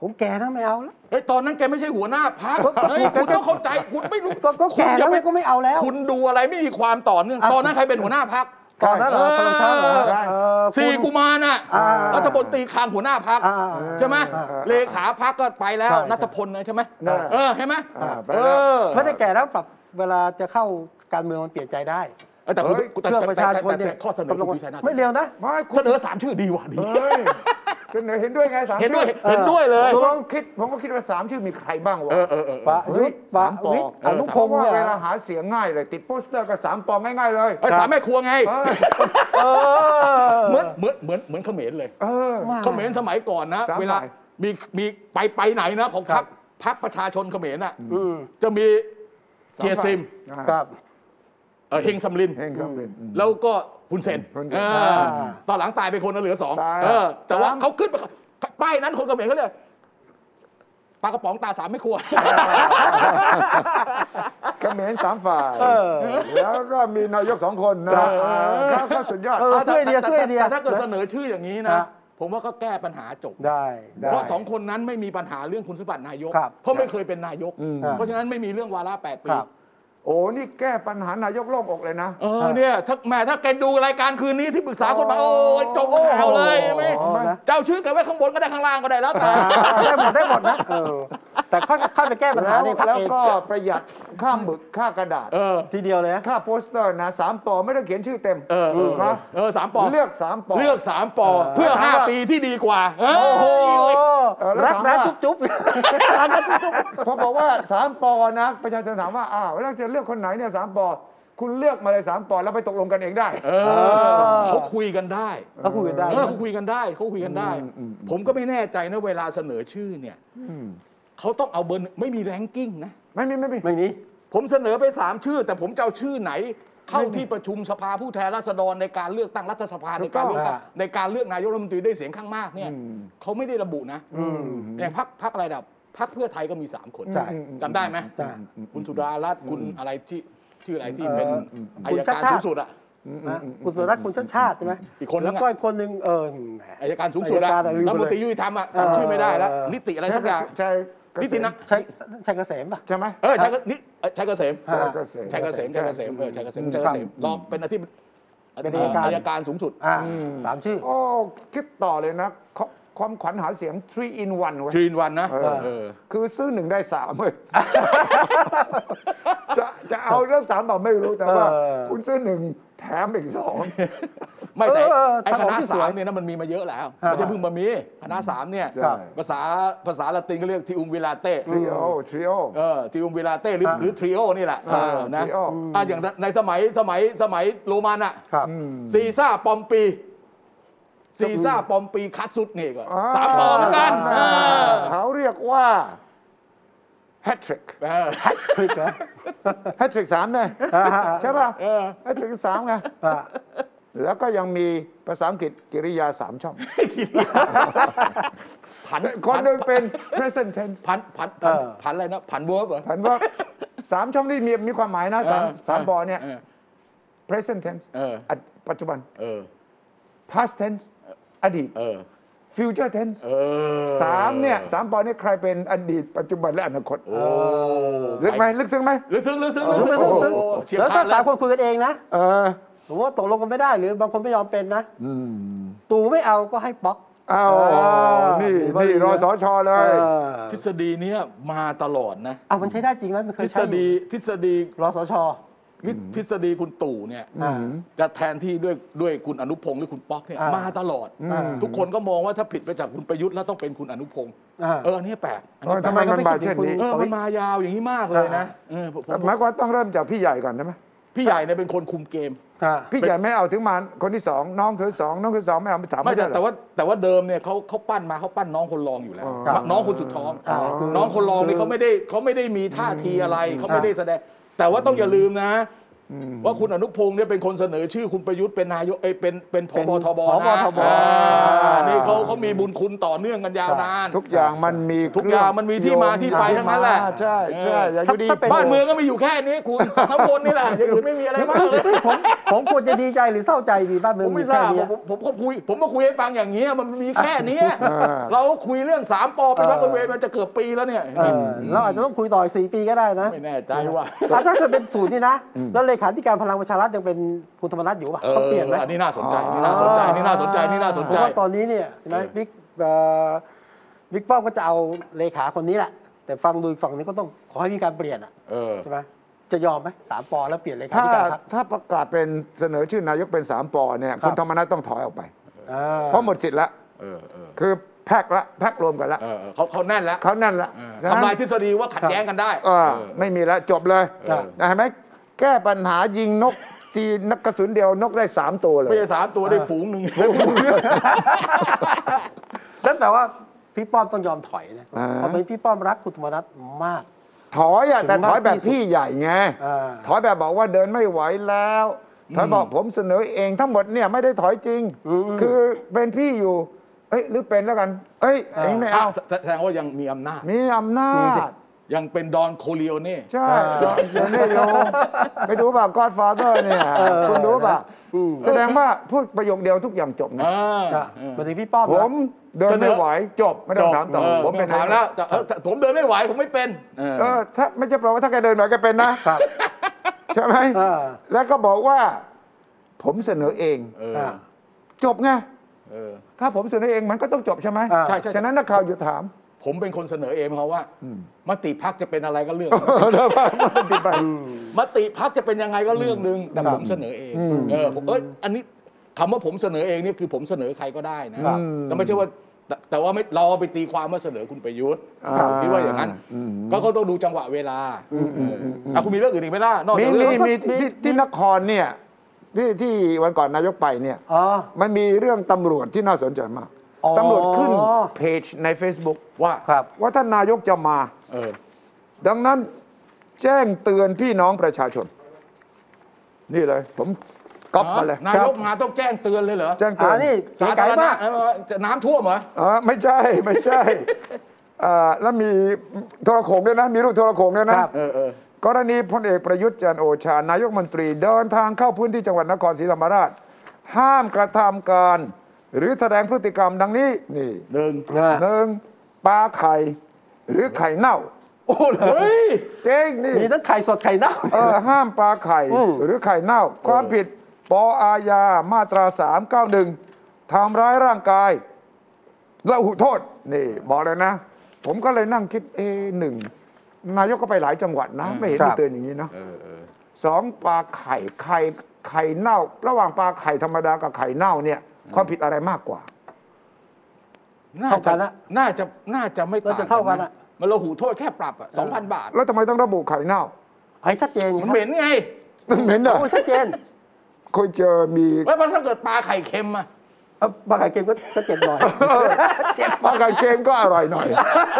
ผมแก่นะไม่เอาแล้ว ไอ้ยตอนนั้นแกไม่ใช่หัวหน้าพัก ก็ก็ เฮ้ยคุณต้องเข้าใจคุณไม่รู้ ก็ก็แก่แล้วไงก็ไม่เอาแล้ว คุณดูอะไรไม่มีความต่อเนื่องตอนนั้นใครเป็นหัวหน้าพัก ตอนนั้นเหรอพลังชาติเหรอ ได้ เอ่อคุณ สี่กุมารน่ะ อ่า รัฐมนตรีคลังหัวหน้าพัก อ่า ใช่ไหม อ่า เลขาพักก็ไปแล้ว ใช่ใช่ นัทพลนะใช่ไหม นะ เออใช่ไหม อ่าไป เอ แล้ว อ ไม่ได้แก่แล้วปรับเวลาจะเข้าการเมืองมันเปลี่ยนใจได้ แต่คุณ เฮ้ย แต่ เรื่อง แต่ ประชาชน แต่ เนี่ย แต่ข้อเสนอคุณชูชัยน่า ไม่เร็วนะ ไม่คุ เส ณ นอสามชื่อดีว่ะดี เฮ้ยเสนอเห็นด้วยไงสาม เห็นด้วย ชื่อ เห็นด้วยเลย ผมก็คิดผมก็คิดว่าสามชื่อมีใครบ้างวะ เออเออเออเอ ปะ อ ยุทธ์ปะ สามปอ วิทย์อนุ เพ พง ราะ ศ์ ว่า เนี่ย เวลาหาเสียงง่ายเลย ติดโปสเตอร์ก็สามปอง่ายๆเลย ไอ้ยสามแม่ครัวไง เออ เออ เหมือนเหมือนเหมือนเหมือนเขมรเลย เออ ว่า เขมรสมัยก่อนนะ สาม เวลา ฝ่าย มีมีไปไปไหนนะของพักพักประชาชนเขมรน่ะ อืม จะมีเกียร์ซิม อ่า ครับ เอ่อเฮงซัมริน เฮงสำเร็จ แล้วก็คุณเซน ฮุนเซ็น เออ อ่า ตอนหลังตายไปคนแล้วเหลือสอง ตาย เออ แต่ว่า สาม เขาขึ้นไปป้ายนั้นคนเขมรเขาเรียกปลากระป๋องตาสามไม่ครัว เขมรสามฝ่าย เออ แล้วก็มีนายกสองคนนะครับ อ่าครับก็สุดยอด เออช่วยเดียช่วยเดีย แต่ถ้าเกิดเสนอชื่ออย่างนี้นะ ฮะ ผมว่าก็แก้ปัญหาจบ ได้ได้ เพราะสองคนนั้นไม่มีปัญหาเรื่องคุณสมบัตินายก ครับ เพราะไม่เคยเป็นนายก อืม เพราะฉะนั้นไม่มีเรื่องวาระแปดปี ครับ โอ้นี่แก้ปัญหานายกโล่งอกเลยนะ เออเนี่ยถ้าแหม่ถ้าแกดูรายการคืนนี้ที่ปรึกษาคนมาโอ้ยจบข่าวเลยใช่ไหม โอ้โหนะ เจ้าชื่อกันไว้ข้างบนก็ได้ข้างล่างก็ได้แล้วแต่ ได้หมดได้หมดนะเออแต่ค่อยค่อยไปแก้ปัญหา แล้ว ในพัก แล้ว เอง ก็ประหยัดค่าหมึกค่ากระดาษ เออ ทีเดียวเลยนะ ค่าโปสเตอร์นะสามปอไม่ต้องเขียนชื่อเต็ม เออเออ นะ เออสามปอ เลือกสามปอ เลือกสามปอ เพื่อ ถามว่า 5 ปีที่ดีกว่าเย โอ้โห เออแล้ว รักนะ ถามว่า จุ๊บจุ๊บ พอบอกว่าสามปอนะประชาชนถามว่าอ้าวแล้วจะเลือกคนไหนเนี่ยสามปอ คุณเลือกมาเลยสามปอแล้วไปตกลงกันเองได้ เออเขาคุยกันได้ เขาคุยกันได้ เออเขาคุยกันได้เขาคุยกันได้ อืมอืมอืม ผมก็ไม่แน่ใจนะเวลาเสนอชื่อเนี่ย ม เขาต้องเอาเบอร์หนึ่งไม่มีแรงกิ้งนะ ไม่มีไม่มี ไม่นี้ ผมเสนอไปสามชื่อ แต่ผมจะเอาชื่อไหน เข้าที่ประชุมสภาผู้แทนราษฎรในการเลือกตั้งรัฐสภา ถู ใน กต้ การ อง เลือกตั้ง ฮะ ในการเลือกนายกรัฐมนตรีด้วยเสียงข้างมากเนี่ย อืม เขาไม่ได้ระบุนะ อืม อย่างพักพักอะไรดับพักเพื่อไทยก็มี 3 คน ใช่ จำได้ไหม จ้ะ คุณสุดารัตน์คุณอะไรที่ชื่ออะไรที่เป็น เอ่อ อา คุ ย ณ การ ชาติ สูงสุดอะ นะคุณสุรัตน์คุณชาติชาติใช่ไหม อีกคนนึ แล้ว ง ก็ อะ อีกคนหนึ่งเออแหม อายการสูงสุดอะ อัยการอะลืม รัฐ ไปเลย มนตรียุติธรรมอะจำชื่อไม่ได้แล้ว เออ นิติอะไรสักอย่าง ใช่เกษม นิตินะ ใช่ใช่เกษมป่ะ ใช่ไหม เออชัยก็นิเอ่อชัยเกษม ฮะ เกษม ชัยเกษมชัยเกษมเออชัยเกษมชัยเกษมรองเป็นอธิบดี เป็นอัยการ อัยการสูงสุด อ่าสามชื่อ โอ้คิดต่อเลยนะขความขวัญหาเสียง 3 in 1เว้ย ทรีนวันนะ เออ เออ คือซื้อหนึ่งได้ สามเลยจะจะเอาเรื่องสามต่อไม่รู้แต่ว่า เออ คุณซื้อหนึ่งแถมอีกสอง ไม่แต่ เออเออ ไอ้ค ทางออณะกที่ส สา วย มเนี่ยนะมันมีมาเยอะแล้ว ฮะ มันจะเพิ่งมามีคณะสามเนี่ย ใช่ ภาษาภาษาละตินก็เรียกทิอุมวิลาเต้ ทริโอทริโอ เออทิอุมวิลาเต้หรือ ฮะ หรือทริโอนี่แหละ อ่า เออนะ trio อืม อ่ะอย่างในสมัยสมัยสมัยโรมันอ่ะ ครับ ซีซ่าปอมปีซีซ่าปอมปีคัสซุดนี่ก็สามปอเหมอนกันเออ เขาเรียกว่าแฮตทริก เออ คลิกเหรอ แฮตทริกสามไง อ่าฮะ ใช่ป่ะ เออ แฮตทริกสามไง อ่า แล้วก็ยังมีภาษาอังกฤษกิริยาสามช่อง ผัน คนหนึ่ง ผั เป็น present tense ผันผันผันผันอะไรนะผันเวิร์บเหรอ ผันว่าสามช่องนี่มีมีความหมายนะสามสามบอเนี่ย เออ present tense เออ อดปัจจุบัน เออ past tense อดีต เออ future tense เออ สามเนี่ยสามบอเนี่ยใครเป็นอดีต ปัจจุบันและอนาคต โอ้ ลึกไหมลึกซึ้งไหม ลึกซึ้งลึกซึ้ง รู้ไหมรู้ซึ้ง โอ้โหเชี่ย แล้วถ้า ขด สามคนคุยกันเองนะ เออ หรือว่าตกลงกันไม่ได้หรือบางคนไม่ยอมเป็นนะตู่ไม่เอาก็ให้ป๊อก อ้าว เออ นี่ มีบริ นี่ร เว อ ณ สอชอเล เอย อ ทฤษฎีเนี้ยมาตลอดนะ เอามันใช้ได้จริงไหมมันเค ท ย ฤ ใช้อษยู่ ฎีทฤษฎี รอสช วิทฤษฎีคุณตู่เนี่ย อ่า จะแทนที่ด้วยด้วยคุณอนุพงศ์หรือคุณป๊อกเนี่ย อ่าม มาตลอด อืม ทุกคนก็มองว่าถ้าผิดไปจากคุณประยุทธ์แล้วต้องเป็นคุณอนุพงศ์ า เอออันนี้แปลกอัน เอ นี้ อ แปลก ทำไมมันบาดเช่นนี้ เออมันมายาวอย่างนี้มากเลยนะ อ่า เออผมผม หมายความว่าต้องเริ่มจากพี่ใหญ่ก่อนใช่ไหม พี่ใหญ่เนี่ยเป็นคนคุมเกม อ่า พี่ใหญ่ไม่เอาถึงมาคนที่สองน้องคนที่สองน้องคนที่สองไม่เอาสาม ไม่ ไม่ แต่ ใช่เหรอ แต่ว่าแต่ว่าเดิมเนี่ยเขาเขาปั้นมาเขาปั้นน้องคนรองอยู่แล้ว อ๋อ น้องคนสุดท้อง อ๋อ น้องคนรองนี่เขาไม่ได้เขาไม่ได้มีท่าทีอะไรเขาไม่ได้แสดง แต่ว่าต้องอย่าลืมนะ ว่าคุณอนุพงศ์เนี่ยเป็นคนเสนอชื่อคุณประยุทธ์เป็นนายกเอ้ยเป็นเป็นผบทบ ผบ นะ ทบ อ่านี่เขาเขามีบุญคุณต่อเนื่องกันยาวนาน ทุกอย่างมันมี ทุกอย่างมันมีที่มาที่ไปทั้งนั้นแหละ ใช่ใช่ เอออ ย่างอยู่ดี ถ้าเป็น บ้านเมืองก็มีอยู่แค่นี้ คุณ ทั้งคนนี่แหละอย่างอื่นไม่มีอะไรมากเลย ผมผมควรจะดีใจหรือเศร้าใจดีบ้านเมื ผ อง ม มี ไม่ท แค่ ราบ เนี้ ผมผมก็คุย ผมมาคุยให้ฟังอย่างเงี้ยมันมีแค่เนี้ยเราคุยเรื่องสามปอเป็นรักเวรมันจะเกือบปีแล้วเนี่ย เออเราอาจจะต้องคุยต่ออีกสี่ปีก็ได้นะ ไม่แน่ใจว่า อ่ะถ้าเกิดเป็นศูนย์นี่นะ แล้วเลขาธิการพลังประชารัฐยังเป็นคุณธรรมนัฐอยู่ป่ะ เออ ต้องเปลี่ยนไหม อันนี้น่าสนใจ นี่น่าสนใจ นี่น่าสนใจ นี่น่าสน เพ ใจ ราะว่าตอนนี้เนี่ยเห็นไหม เออ บิ๊กเอ่อบิ๊กป้อมก็จะเอาเลขาคนนี้แหละ แต่ฟังดูอีกฝั่งนี้ก็ต้องขอให้มีการเปลี่ยนอะ เออ ใช่ไหมจะยอมไหมสามปอแล้วเปลี่ยนเลขา ถ้า ธิการพรรค ถ้าประกาศเป็นเสนอชื่อนายกเป็นสามปอเนี่คยรับ คุณธรรมนัฐต้องถอยออกไป อ่า เพราะหมดสิทธิ์ละ เออ เออ คือแพ็กละแพ็กรวมกันละ เออ เขาเขาแน่นแล้ว เขานั่นละฉะนั้น ทำลายทฤษฎีว่าขัดแย้งกันได้ เออไม่มีละจบเลย อ่า เห็นไหมแก้ปัญหายิงนกทีนักกระสุนเดียวนกได้สามตัวเลย ไม่ใช่สามตัวได้ฝูงหนึ่ง นั่นแปลว่าพี่ป้อมต้องยอมถอยนะ อ่า เพราะตอนนี้พี่ป้อมรักคุณธรรมนัฐมาก ถอยอ่ะแต่ถอยแบบพี่ใหญ่ไง อ่า ถอยแบบบอกว่าเดินไม่ไหวแล้วถอยบอกผมเสนอเองทั้งหมดเนี่ยไม่ได้ถอยจริง คือเป็นพี่อยู่ เอ้ยหรือเป็นแล้วกัน เอ้ยเองไม่ อ้า เอา วแสแสดงว่ายังมีอำนาจ มีอำนาจ ยังเป็นดอนโคเลียเน่ ใช่เดี๋ยวนี่โยมไปดูเปล่า Godfather เนี่ยคุณดูเปล่าแสดงว่าพูดประโยคเดียวทุกอย่างจบนะ อ่า อ่ะมาถึงพี่ป้อม ผ นะ มเดินไม่ไหวจบไม่ต้องถามต่อ เ ผมเป็น ถามแล้วแต่เออแต่ผมเดินไม่ไหว ผมไม่เป็น เออ เออถ้าไม่ใช่แปลว่าถ้าแกเดินไหวแกเป็นนะครับใช่ไหม อ่า แล้วก็บอกว่า ผมเสนอเอง เออ อ่า จบไง เออ ถ้าผมเสนอเองมันก็ต้องจบใช่ไหม อ่า ใช่ใช่ ฉะนั้นนักข่าวหยุดถาม ผมเป็นคนเสนอเองเขาว่า มติพักจะเป็นอะไรก็เรื่อง ไป มติพักจะเป็นยังไงก็เรื่องหนึ่งแต่ผมเสนอเองเออผมเอยอันนี้คำว่าผมเสนอเองเนี่ยคือผมเสนอใครก็ได้นะ อืม แต่ไม่ใช่ว่าแต่แต่ว่าไม่เราเอาไปตีความว่าเสนอคุณประยุทธ์ อ่า ผมคิดว่าอย่างนั้น อืม ก็เขาต้องดูจังหวะเวลาเออออ่ะคุณมีเรื่องอื่นอีกไหมล่ะนอก มี จาก มี เรื่อง มีที่ที่นครเนี่ยที่ที่วันก่อนนายกไปเนี่ย อ๋อ มันมีเรื่องตำรวจที่น่าสนใจมาก อ๋อ ตำรวจขึ้นเพจใน Facebook ว่า ครับ ว่าท่านนายกจะมา เออ ดังนั้นแจ้งเตือนพี่น้องประชาชน นี่เลย ผมก๊อปมาเลย นายกมาต้องแจ้งเตือนเลยเหรอ แจ้งเตื อ่า อน นี่เก๋ สา ไก่ ธารณะ มาก เออจะน้ำท่วมเหรอ อ๋อไม่ใช่ ไม่ใช่อ่าแล้วมีโทรโขงด้วยนะ มีรูปโทรโขงด้วยนะ ครับ เออเออ กรณีพลเอกประยุทธ์จันทร์โอชานายกมนตรีเดินทางเข้าพื้นที่จังหวัดนครศรีธรรมราช ห้ามกระทำการ หรือแสดงพฤติกรรมดังนี้นี่ หนึ่ง อ่า หนึ่งปลาไข่ หรือไข่เน่า โอ้เหรอ เฮ้ย เจ๊งนี่ มีทั้งไข่สดไข่เน่า เออห้ามปลาไข่ อืม หรือไข่เน่า ความผิดปออาญามาตรา 391ทำร้ายร่างกายและหุโทษ นี่ บอกเลยนะ ผมก็เลยนั่งคิดเอหนึ่งนายกก็ไปหลายจังหวัดนะ ไม่เห็นมีเตือนอย่างนี้เนาะสองปลาไข่ไข่ไข่เน่า ระหว่างปลาไข่ธรรมดากับไข่เน่าเนี่ยความผิดอะไรมากกว่า น่า เท่ากั จะ นละ น่าจะน่าจะไม่ต่าง น่าจะเท่ากันอะนะมันระหูโทษแค่ปรับอ่ะสองพันบาท แล้วทำไมต้องระบุไข่เน่า ให้ชัดเจน มันเหม็นไง เหม็นเหรอ โอ้ชัดเจน เคยเจอมี เฮ้ยมันถ้าเกิดปลาไข่เค็มอ่ะ เอาปลาไข่เค็มก็ก็เจ็บหน่อย ปลาไข่เค็มก็อร่อยหน่อย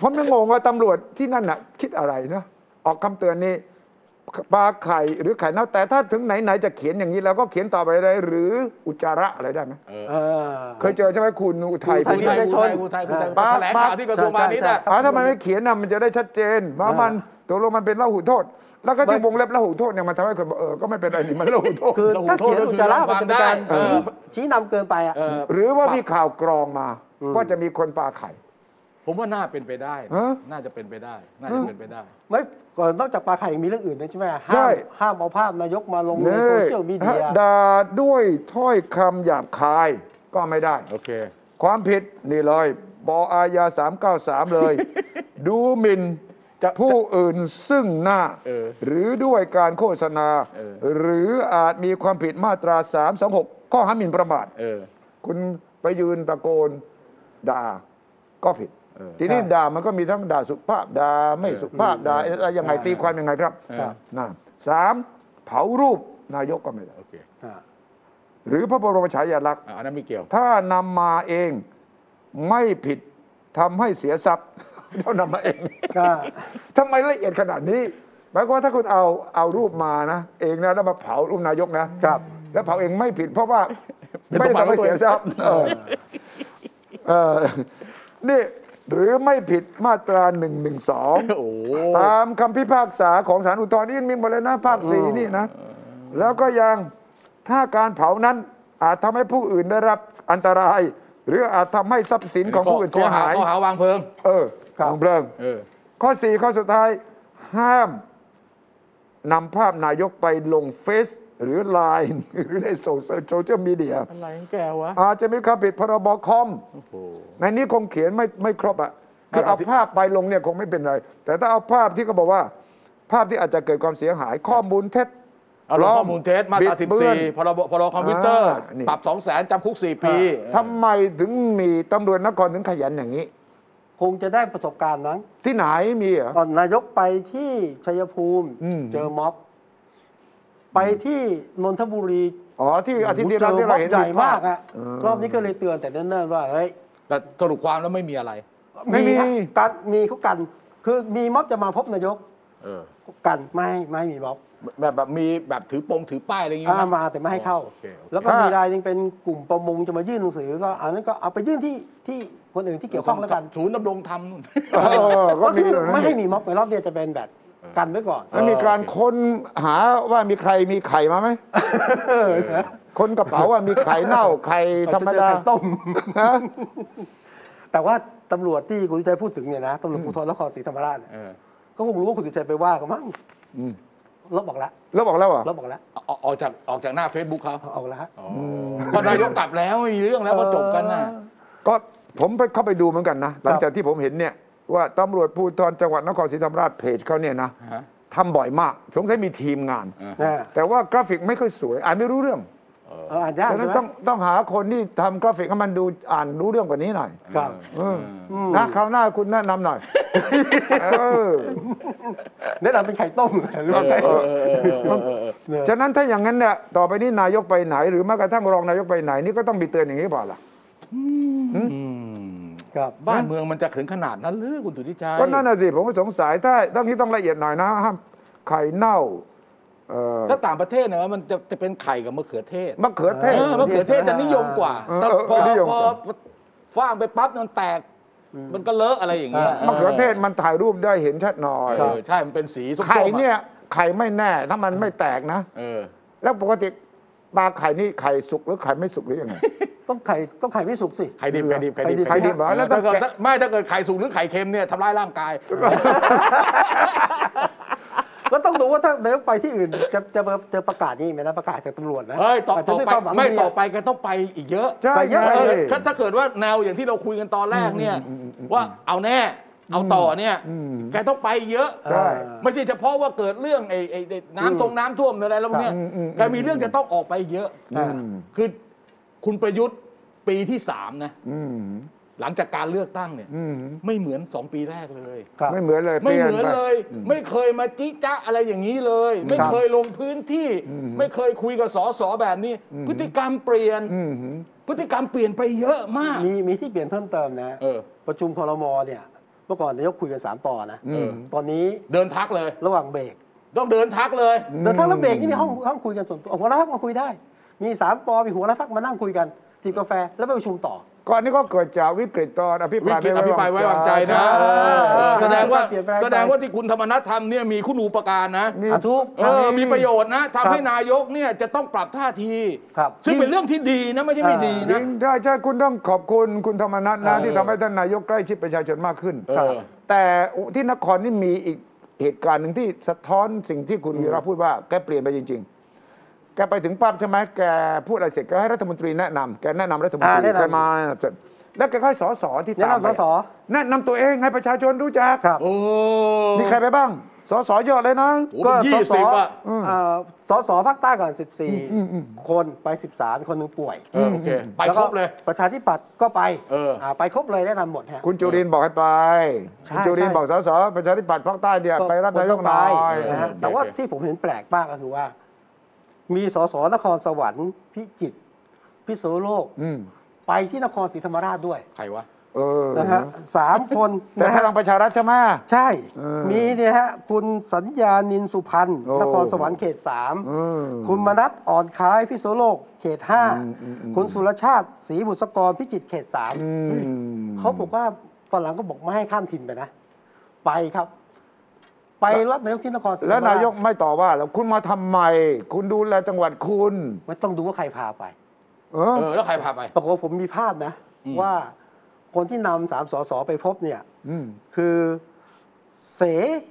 ผมยังงงว่าตำรวจที่นั่นน่ะ คิดอะไรนะออกคำเตือนนี้ปลาไข่หรือไข่เน่าแต่ถ้าถึงไหนไหนๆจะเขียนอย่างนี้แล้วก็เขียนต่อไปเลย หรืออุจจาระอะไรได้ไหม เออ เคยเจอใช่ไหมคุณอุทัย อุทัย คุณไทย ไม่ คุณ ช ไท น ยคุณไทยคุณไทย ปลา แถลงข่าวที่กระทรวงพาณิชย์อ่ะ อ่าทำไมไม่เขียนน่ะมันจะได้ชัดเจนว่ามันตกลงมันเป็นละหูโทษ แล้วก็ที่วงเล็บละหูโทษเนี่ยมันทำให้คนบอกเออก็ไม่เป็นไรนี่มันละหูโทษ คือ ระหู ถ้า โทษ เขียนอุจจาระ ก็ มัน คื จะ อ เป็นการ เออ ชี้ชี้นำเกินไปอ่ะ เออ หรือว่ามีข่าวกรองมา อืม ว่าจะมีคนปลาไข่ ผมว่าน่าเป็นไปได้นะ ฮะ น่าจะเป็นไปได้ น่าจะเป็นไปได้ ไม่ก่อนนอกจากปลาไข่ยังมีเรื่องอื่นด้วยใช่ไหมห้าม ใช่ ห้ามเอาภาพนายกมาลงใน นี่ โซเชียลมีเดีย ด่าด้วยถ้อยคำหยาบคายก็ไม่ได้ โอเค ความผิดนี่เลยบออาญา 393 เลย ดูหมิน จะ ผู้อื่นซึ่งหน้า เออ หรือด้วยการโฆษณา เออ หรืออาจมีความผิดมาตรา 326 ข้อหาหมิ่นประมาท เออ คุณไปยืนตะโกนด่าก็ผิด เออ ทีนี้ ใช่ ด่ามันก็มีทั้งด่าสุภาพด่าไม่สุภาพด่าอะไรยังไงตีความยังไงครับ เออ นะสามเผารูปนายกก็ไม่ได้ โอเค อ่ะ หรือพระบรมฉายาลักษณ์ อ่ะอันนั้นไม่เกี่ยว ถ้านำมาเองไม่ผิดทำให้เสียทรัพย์ เรานำมาเอง ก็ ทำไมละเอียดขนาดนี้หมายความว่าถ้าคุณเอาเอารูปมานะ เองนะแล้วมาเผารูปนายกนะครับ แล้วเผาเองไม่ผิด เพราะว่า เป็น ไม่ สม ได้ บัติ ทำให้ ของตัวเอง เสียทรัพย์เออเออนี่หรือไม่ผิดมาตรา1นึ โอ้โห ตามคำพิพากษาของศาลอุทธรณ์นี่มีหมดเลยนะภาคสีนี่นะ แล้วก็ยังถ้าการเผานั้นอาจทำให้ผู้อื่นได้รับอันตราย หรืออาจทำให้ทรัพย์สินของผู้อื่นเสียหาย ข้อหาวางเพลิง เออของเพลิง เออ ข้อ 4 ข้อสุดท้าย ห้ามนำภาพนายกไปลงเฟซหรือ Line หรือในโซเชียลมีเดีย อะไรของแกวะ อาจจะมีความผิดพรบคอม ในนี้คงเขียนไม่ไม่ครบอ่ะคือเอาภาพไปลงเนี่ยคงไม่เป็นไร แต่ถ้าเอาภาพที่เขาบอกว่า ภาพที่อาจจะเกิดความเสียหายข้อมูลเท็จ เอาลงข้อมูลเท็จมาตรา บิดเบือน 14พรบพรบคอมพิวเตอร์ อ่านี่ ปรับ2 0 0 0 0จำคุก 4 ปี ทำไมถึงมีตำรวจนครถึงขยันอย่างนี้ คงจะได้ประสบการณ์มั้ง ที่ไหนมีเหรอ ตอนนายกไปที่ชัยภูมิ อืม เจอม็อบ ไปที่นนทบุรี อ๋อที่อาทิตย์ที่แล้ว เจ ที่ อม็อเราบ เห็น ใหญ่ ภพ มากอะ เ รอบนี้ก็เลยเตือนแต่เนิ่นๆว่าเฮ้ย แต่สรุปความแล้วไม่มีอะไร ไม่มี การมีเขากัน คือมีม็อบจะมาพบนายก เออ กันไม่ไม่มีม็อบ แบบแบบมีแบบถือปงถือป้ายอะไรอย่างงี้ อ่า ไห มาแต่ไม่ให้เข้า โอคโอเค แล้วก็มีรายหนึงเป็นกลุ่มประมงจะมายื่นหนังสือก็อันนั้นก็เอาไปยื่นที่ที่คนอื่นที่เกี่ยวข้องแล้วกัน ศูนย์ดำรงธรรมนู่น เออก็ ก็คืมีอ อยู่นะ ไม่ให้มีม็อบในรอบเนี้ยจะเป็นแบบกันไว้ก่อน แล้วมีการค้นหาว่ามีใครมีไข่มาไหมคนกระเป๋าว่ามีไข่เน่าไข่ธรรมดา ไข่ต้ม ฮะ แต่ว่าตำรวจที่คุณสุชัยพูดถึงเนี่ยนะตำรวจภูธรนครศรีธรรมราชเนี่ย เออ ก็คงรู้ว่าคุณสุชัยไปว่าเขามั้งลบออกละ แล้วบอกแล้วเหรอ่ะ ลบออกละ เอาเอาออกจากออกจากหน้า Facebook เขา เอาออกละฮะ พอนายกกลับแล้วไม่มีเรื่องแล้วก็จบกันนะ ก็ผมไปเข้าไปดูเหมือนกันนะ หลังจากที่ผมเห็นเนี่ย ว่าตำรวจภูธรจังหวัดนครศรีธรรมราชเพจเขาเนี่ยนะ ฮะ ทำบ่อยมากสงสัยมีทีมงาน อ่า แต่ว่ากราฟิกไม่ค่อยสวย อ่านไม่รู้เรื่อง เอออ่านยาก ฉะนั้ ใช่ น ไหม ต้องต้องหาคนที่ทำกราฟิกให้มันดูอ่านรู้เรื่องกว่านี้หน่อย ครับ เอออ ม นะคราวหน้าคุณแนะนำห น่อยเออ แนะนำเป็นไข่ต้มหรือว่าไข่ เออเออเออเออเออเออ ฉะนั้นถ้าอย่างนั้นเนี่ยต่อไปนี้นายกไปไหน หรือแม้กระทั่งรองนายกไปไหนนี่ก็ต้องมีเตือนอย่างนี้เปล่าล่ะ อืม ครับ บ้านเมืองมันจะถึงขนาดนั้นหรือคุณสุทธิชัย ก็นั่นน่ะสิผมก็สงสัยถ้าต้องนี้ต้องละเอียดหน่อยนะห้ามไข่เน่าเอ่อ ถ้าต่างประเทศเนี่ยมันจะจะเป็นไข่กับมะเขือเทศ มะเขือเทศ เออมะเขือเทศจะนิยมกว่า เออ แต่ เออ พอ นิยม พอก ว่า ฟ้างไปปั๊บมันแตก อืม มันก็เลอะอะไรอย่างเงี้ย อ่าม ะเขือเทศมันถ่ายรูปได้เห็นชัดหน่อ เอย อใช่มันเป็นสีส้มๆอะ ไข่เนี่ยไข่ไม่แน่ถ้ามันไม่แตกนะ เออ แล้วปกติปลาไข่นี่ไข่สุกหรือไข่ไม่สุกหรือยังไง ต้องไข่ต้องไข่ไม่สุกสิ ไข่ดิบไข่ดิบไข่ดิบ ไข่ดิบ เออ แล้วต้ ถ้า อง เกิด แกะ ไม่ถ้าเกิดไข่สูงหรือไข่เค็มเนี่ยทำร้ายร่างกาย แล้วต้องดูว่าถ้านายกไปที่อื่นจะจะจะประกาศนี่ไหมนะประกาศจากตำรวจนะ เอ้ยต่อ อาจจะ ต่อ ด้ ไป ความหวัง ไม่ ดีะ ต่อไปแก็ต้องไปอีกเยอะ ใช่ ไปเยอะ ไง เออถ้าถ้าเกิดว่าแนวอย่างที่เราคุยกันตอนแรกเนี่ย ว่าเอาแน่เอาต่อเนี่ย อืม แกต้องไปเยอะ ใช่ เออ ไม่ใช่เฉพาะว่าเกิดเรื่องไอ้ไอ้ไอ้น้ำตรงน้ำท่วมอะไรแล้วพวกเนี่ย อืมอืมอืม แกมีเรื่องจะต้องออกไปเยอะ อ่า ม คือคุณประยุทธ์ปีที่สามนะ อืม หลังจากการเลือกตั้งเนี่ย อืม ไม่เหมือนสองปีแรกเลย ครับ ไม่เหมือนเลย ไม่ ป เห ย มือน ป เลย ไม่เคยมาจิจ๊ะอะไรอย่างนี้เลย ไม่เคยลงพื้นที่ อืม ไม่เคยคุยกับสสแบบนี้ อืม พฤติกรรมเปลี่ยน อืม พฤติกรรมเปลี่ยนไปเยอะมาก มีมีที่เปลี่ยนเพิ่มเติมนะ เออ ประชุมคอรมอเนี่ยเมื่อก่อนนายกคุยกันสามปอนะ อืม ตอนนี้ เดินทักเลย ระหว่างเบรก ต้องเดินทักเลย แต่ถ้าระเบรกนี่มีห้องห้องคุยกันส่วนตัวหัวหน้าพักมาคุยได้ มีสามปอมีหัวหน้าพักมานั่งคุยกันจิบกาแฟแล้วไปประชุมต่อ ก่อนนี้ก็เกิดจากวิกฤตตอนอภิป วิ ราย กฤตอภิปรายไว้วางใจนะ ช่ เออเออ ใช่ แสดงว่า เปลี่ยนแปลงไป แสดงว่าที่คุณธรรมนัฐทำเนี่ยมีคุณูปการนะ นี่ อาทุก เออ มีประโยชน์นะ ครับ ทำให้นายกเนี่ยจะต้องปรับท่าที ครับ ซึ่งเป็นเรื่องที่ดีนะ ไม่ใช่ไม่ดี จริ นะ งใช่ใช่คุณต้องขอบคุณคุณธรรมนัฐนะ เออ ที่ทำให้ท่านนายกใกล้ชิดประชาชนมากขึ้น เออ แต่ที่นครนี่มีอีกเหตุการณ์หนึ่งที่สะท้อนสิ่งที่คุณวีระพูดว่าแกเปลี่ยนไปจริง ๆ แกไปถึงปั๊บใช่ไหมแกพูดอะไรเสร็จแกให้รัฐมนตรีแนะนำแกแนะนำรัฐมนตรี อ่าแนะนำ ใช่ไหมเสร็จแล้วแกก็ให้สสที่ แนะ ตาม นำ ไป สส แนะนำตัวเองให้ประชาชนรู้จัก ครับ โอ้ มีใครไปบ้างสสเยอะเลยนะ โหเป็น ส ยี่ ส สิบอ่ะ เอ่อสสภาคใต้ก่อน 14 คนไป 13 คนหนึงป่วย เออโอเค ไป แล้ว ค ก็ รบเลย ประชาธิปัตย์ก็ไป เอออ่ าไปครบเลยแนะนำหมดฮะ คุณจุรินทร์บอกให้ไป ใช่ คุณจุรินทร์ ใช่ บอกสสประชาธิปัตย์ภาคใต้เดียไปรับนายกหน่อย นะฮะ เออโอเค แต่ว่าที่ผมเห็นแปลกมากก็คือว่า มีสสนครสวรรค์พิจิตรพิษณุโลก อืม ไปที่นครศรีธรรมราชด้วย ใครวะ เออ นะฮะสามคน แต่ นะ พ ฮะ ลังประชารัฐใช่ไหม ใช่ เออ มีเนี่ยฮะคุณสัญญานินสุพรรณ โอ้ นครสวรรค์เขตสาม อืม คุณมนัทอ่อนคล้ายพิษณุโลก เขตห้า อืมอืมอืม คุณสุรชาติศรีบุษกรพิจิตรเขตสาม อืม เขาบอกว่าตอนหลังก็บอกไม่ให้ข้ามถิ่นไปนะ ไปครับ ไปรับนายกที่นครศรีธรรม แล้ว รช นายกไม่ต่อว่าแล้วคุณมาทำไม คุณดูแลจังหวัดคุณ ไม่ต้องดูว่าใครพาไป เออ เออ แล้วใครพาไป ปรากฏว่าผมมีภาพนะ อืม ว่าคนที่นำสามสสไปพบเนี่ย อืม คือเส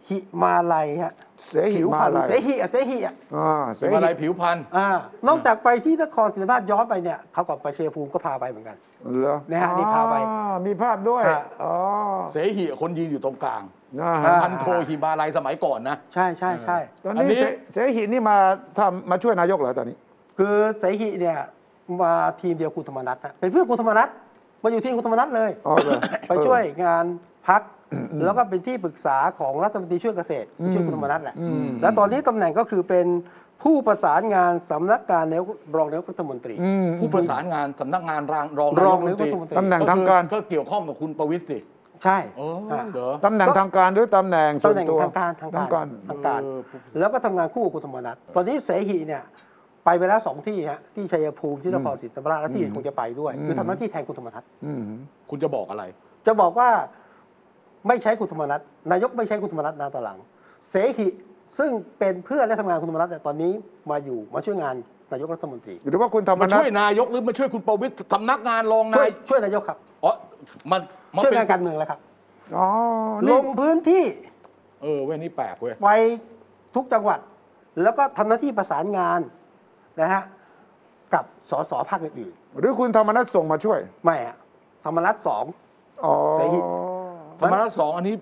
หิมาลัยฮะ เสหิ ผิว มา พรรณ ลัย เสหิอ่ะเสหิอ่ะ อ่าเส เป็น หิ อะไรผิวพันธ์ อ่านอกจากไปที่นครศรีธรรมราชย้อนไปเนี่ยเขาก็ไปเชียร์ภูมิก็พาไปเหมือนกัน เหรอ นะฮะนี่พาไป อ่มีภาพด้วย ฮะ อ๋อ เสหิคนยืนอยู่ตรงกลาง นะฮะ อ่า พันโทหิมาลัยสมัยก่อนนะ ใช่ใช่ใช่ ตอน อันนี้ นี้เสเสหินี่มาทำมาช่วยนายกเหรอตอนนี้ คือเสหิเนี่ยมาทีมเดียวคุณธรรมนัฐนะเป็นเพื่อนคุณธรรมนัฐมาอยู่ทีมคุณธรรมนัฐเลย อ๋อเหรอ ไปช่วยงานพักแล้วก็เป็นที่ปรึกษาของรัฐมนตรีช่วยเกษตรช่วยคุณธรรมนัฐแหละ อืม แล้วตอนนี้ตำแหน่งก็คือเป็นผู้ประสานงานสำนักการนายกรองนายกรัฐมนตรี อืม ผู้ประสานงานสำนักงานรางรอง รอง นายกรัฐมนตนายกรัฐมนตรีรี ตำแหน่งทางการ ก็เกี่ยวข้องกับคุณประวิตรสิ ใช่ โอ้ อ่ะ เหรอ ตำแหน่งทางการหรือตำแหน่งตำส่วน แหน่ง ตัว ทางการทาง ทาง กา การ ร ทางการ แล้วก็ทำงานคู่กับคุณธรรมนัฐตอนนี้เสหิเนี่ยไปไปแล้วสองที่ฮะที่ชัยภูมิที่นครศรีธรรมราชและที่อื่นคงจะไปด้วย คือทำหน้าที่แทนคุณธรรมนัฐ อืม คุณจะบอกอะไร จะบอกว่าไม่ใช้คุณธรรมนัฐนายกไม่ใช้คุณธรรมนัฐนาตอนหลัง เสหิซึ่งเป็นเพื่อนและทำงานคุณธรรมนัฐแต่ยตอนนี้มาอยู่มาช่วยงานนายกรัฐมนตรี หรือว่าคุณธรรม มา นัฐ ช่วยนายกหรือมาช่วยคุณประวิตรสำนักงานรอช่วนงาย ย ช่วยนายกครับ อ๋อมันมา ช่วย เป็น งานการเมืองแล้วครับ อ๋อ ล นี่ งพื้นที่ เออเว้ยนี่แปลกเว้ย ไปทุกจังหวัด แล้วก็ทำหน้าที่ประสานงานนะฮะกับสสภาคอื่น หรือคุณธรรมนัสส่งมาช่วย ๆไม่ฮะธรรมนัฐสอง อ๋อ เสหิ ธรรมนัฐสองอันนี้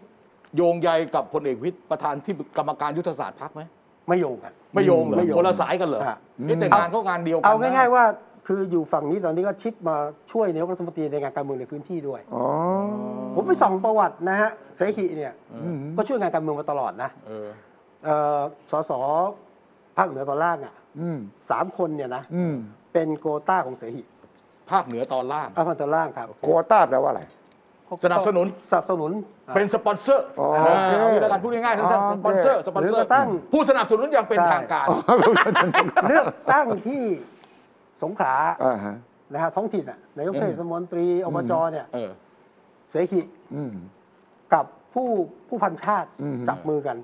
โยงใยกับพลเอกวิทย์ประธานที่กรรมการยุทธศาสตร์พรรคไหม ไม่โยงกัน ไม่โยงเหรอ ไม่โยง คนละสายกันเหรอ ฮะ เอ๊ะแต่งานก็งานเดียวกั เอาง่าย ๆ ๆว่าคืออยู่ฝั่งนี้ตอนนี้ก็ชิปมาช่วยนายกรัฐมนตรีในงานการเมืองในพื้นที่ด้วย อ๋อ ผมไปส่องประวัตินะฮะเสหิเนี่ย อืม ก็ช่วยงานการเมืองมาตลอดนะ เออ เอ่อสสภาคเหนือตอนล่างอ่ะ อืม สามคนเนี่ยนะ อืม เป็นโกต้าของเสหิ ภาคเหนือตอนล่าง อาพันตอนล่างครับ โควต้าแปลว่าอะไร สนับสนุน สนับสนุนอ่ะ เป็นสปอนเซอร์ อ๋อ เออ โอเค เอางี้แล้วกันพูดง่ายๆสั้น อ๋อ ๆสปอนเซอร์สปอนเซอ หรือร์กระทั่ง ผู้สนับสนุนอย่างเป็นทางการ เลือกตั้งที่สงขลา อ่าฮะ นะฮะท้องถิ่นอ่ะนายกเทศมนตรีอบจเนี่ย เออ เสหิ อืม กับผู้ผู้พันชาติ อืม จับมือกัน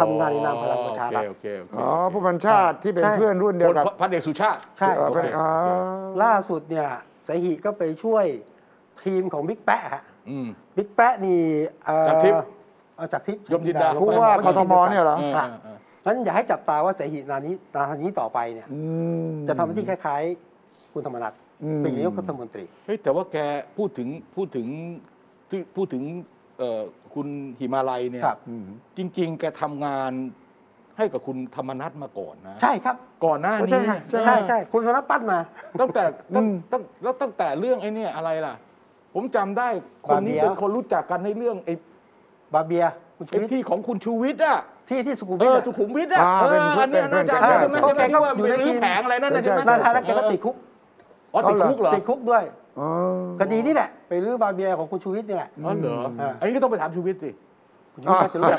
ทำงานในนามพลังประชารัฐ โอเคโอเคโอเค อ๋อผู้บัญชาติที่เป็น ใช่ เพื่อนรุ่นเดียวกับ พระเดชสุชาติ ใช่ เอ่อ โค เป็นอ๋อ ล่าสุดเนี่ยเสหิก็ไปช่วยทีมของบิ๊กแปะฮะ อืม บิ๊กแปะนี่เอ่อ จากทิพย์ เอ่อจากทิพย์ ยมจินดา ผู้ว่ากทมเนี่ยเหรอ อ่าอ่า นั้นอย่าให้จับตาว่าเสหินานี้นาทีนี้ต่อไปเนี่ย อืม จะทำหน้าที่คล้ายๆ คุณธรรมนัฐ อืม เป็นนายกรัฐมนตรี เฮ้ยแต่ว่าแกพูดถึงพูดถึงที่พูดถึงเอ่อคุณหิมาลัยเนี่ย ครับ อืม จริง ๆ แกทำงานให้กับคุณธรรมนัฐมาก่อนนะ ใช่ครับ ก่อนหน้า ใช่ นี้ ค่ะ ใช่ใช่คุณธรรมนัฐปั้นมา ตั้งแต่ตั้ง อืม ตั้งแล้วตั้งแต่เรื่องไอ้เนี่ยอะไรล่ะ ผมจำได้คนบาเบีนี้ย เป็นคนรู้จักกันในเรื่องไอ้ บาเบียคุณชู ไอ้ วิทย์ ที่ของคุณชูวิทย์อ่ะ ที่ที่สุขุม เอ วิท อ อะ สุขุมวิทอ่ะ อ่า เออ เป็นเพื่ อั อน น เนี้ย เป็ น่าน จะ เพื่อน ใช่ไหม ใช่ ใช่ไหม ใช่ ที่ว่า อยู่ ไป ใน รื้อ ทีม แผงอะไรนั่นน่ะใช่ไหม ใช่ นั่น ใช่ ฮะแล้วแกก็ติดคุก อ๋อติดคุกเหรอ ติดคุกด้วย อ๋อ คดีนี่แหละ ไปรื้อบาเบียของคุณชูวิทย์นี่แหละ อ๋อเหรอ อ่า อันนี้ก็ต้องไปถามชูวิทย์สิ คุณชูวิทย์ก็จะ รู้จัก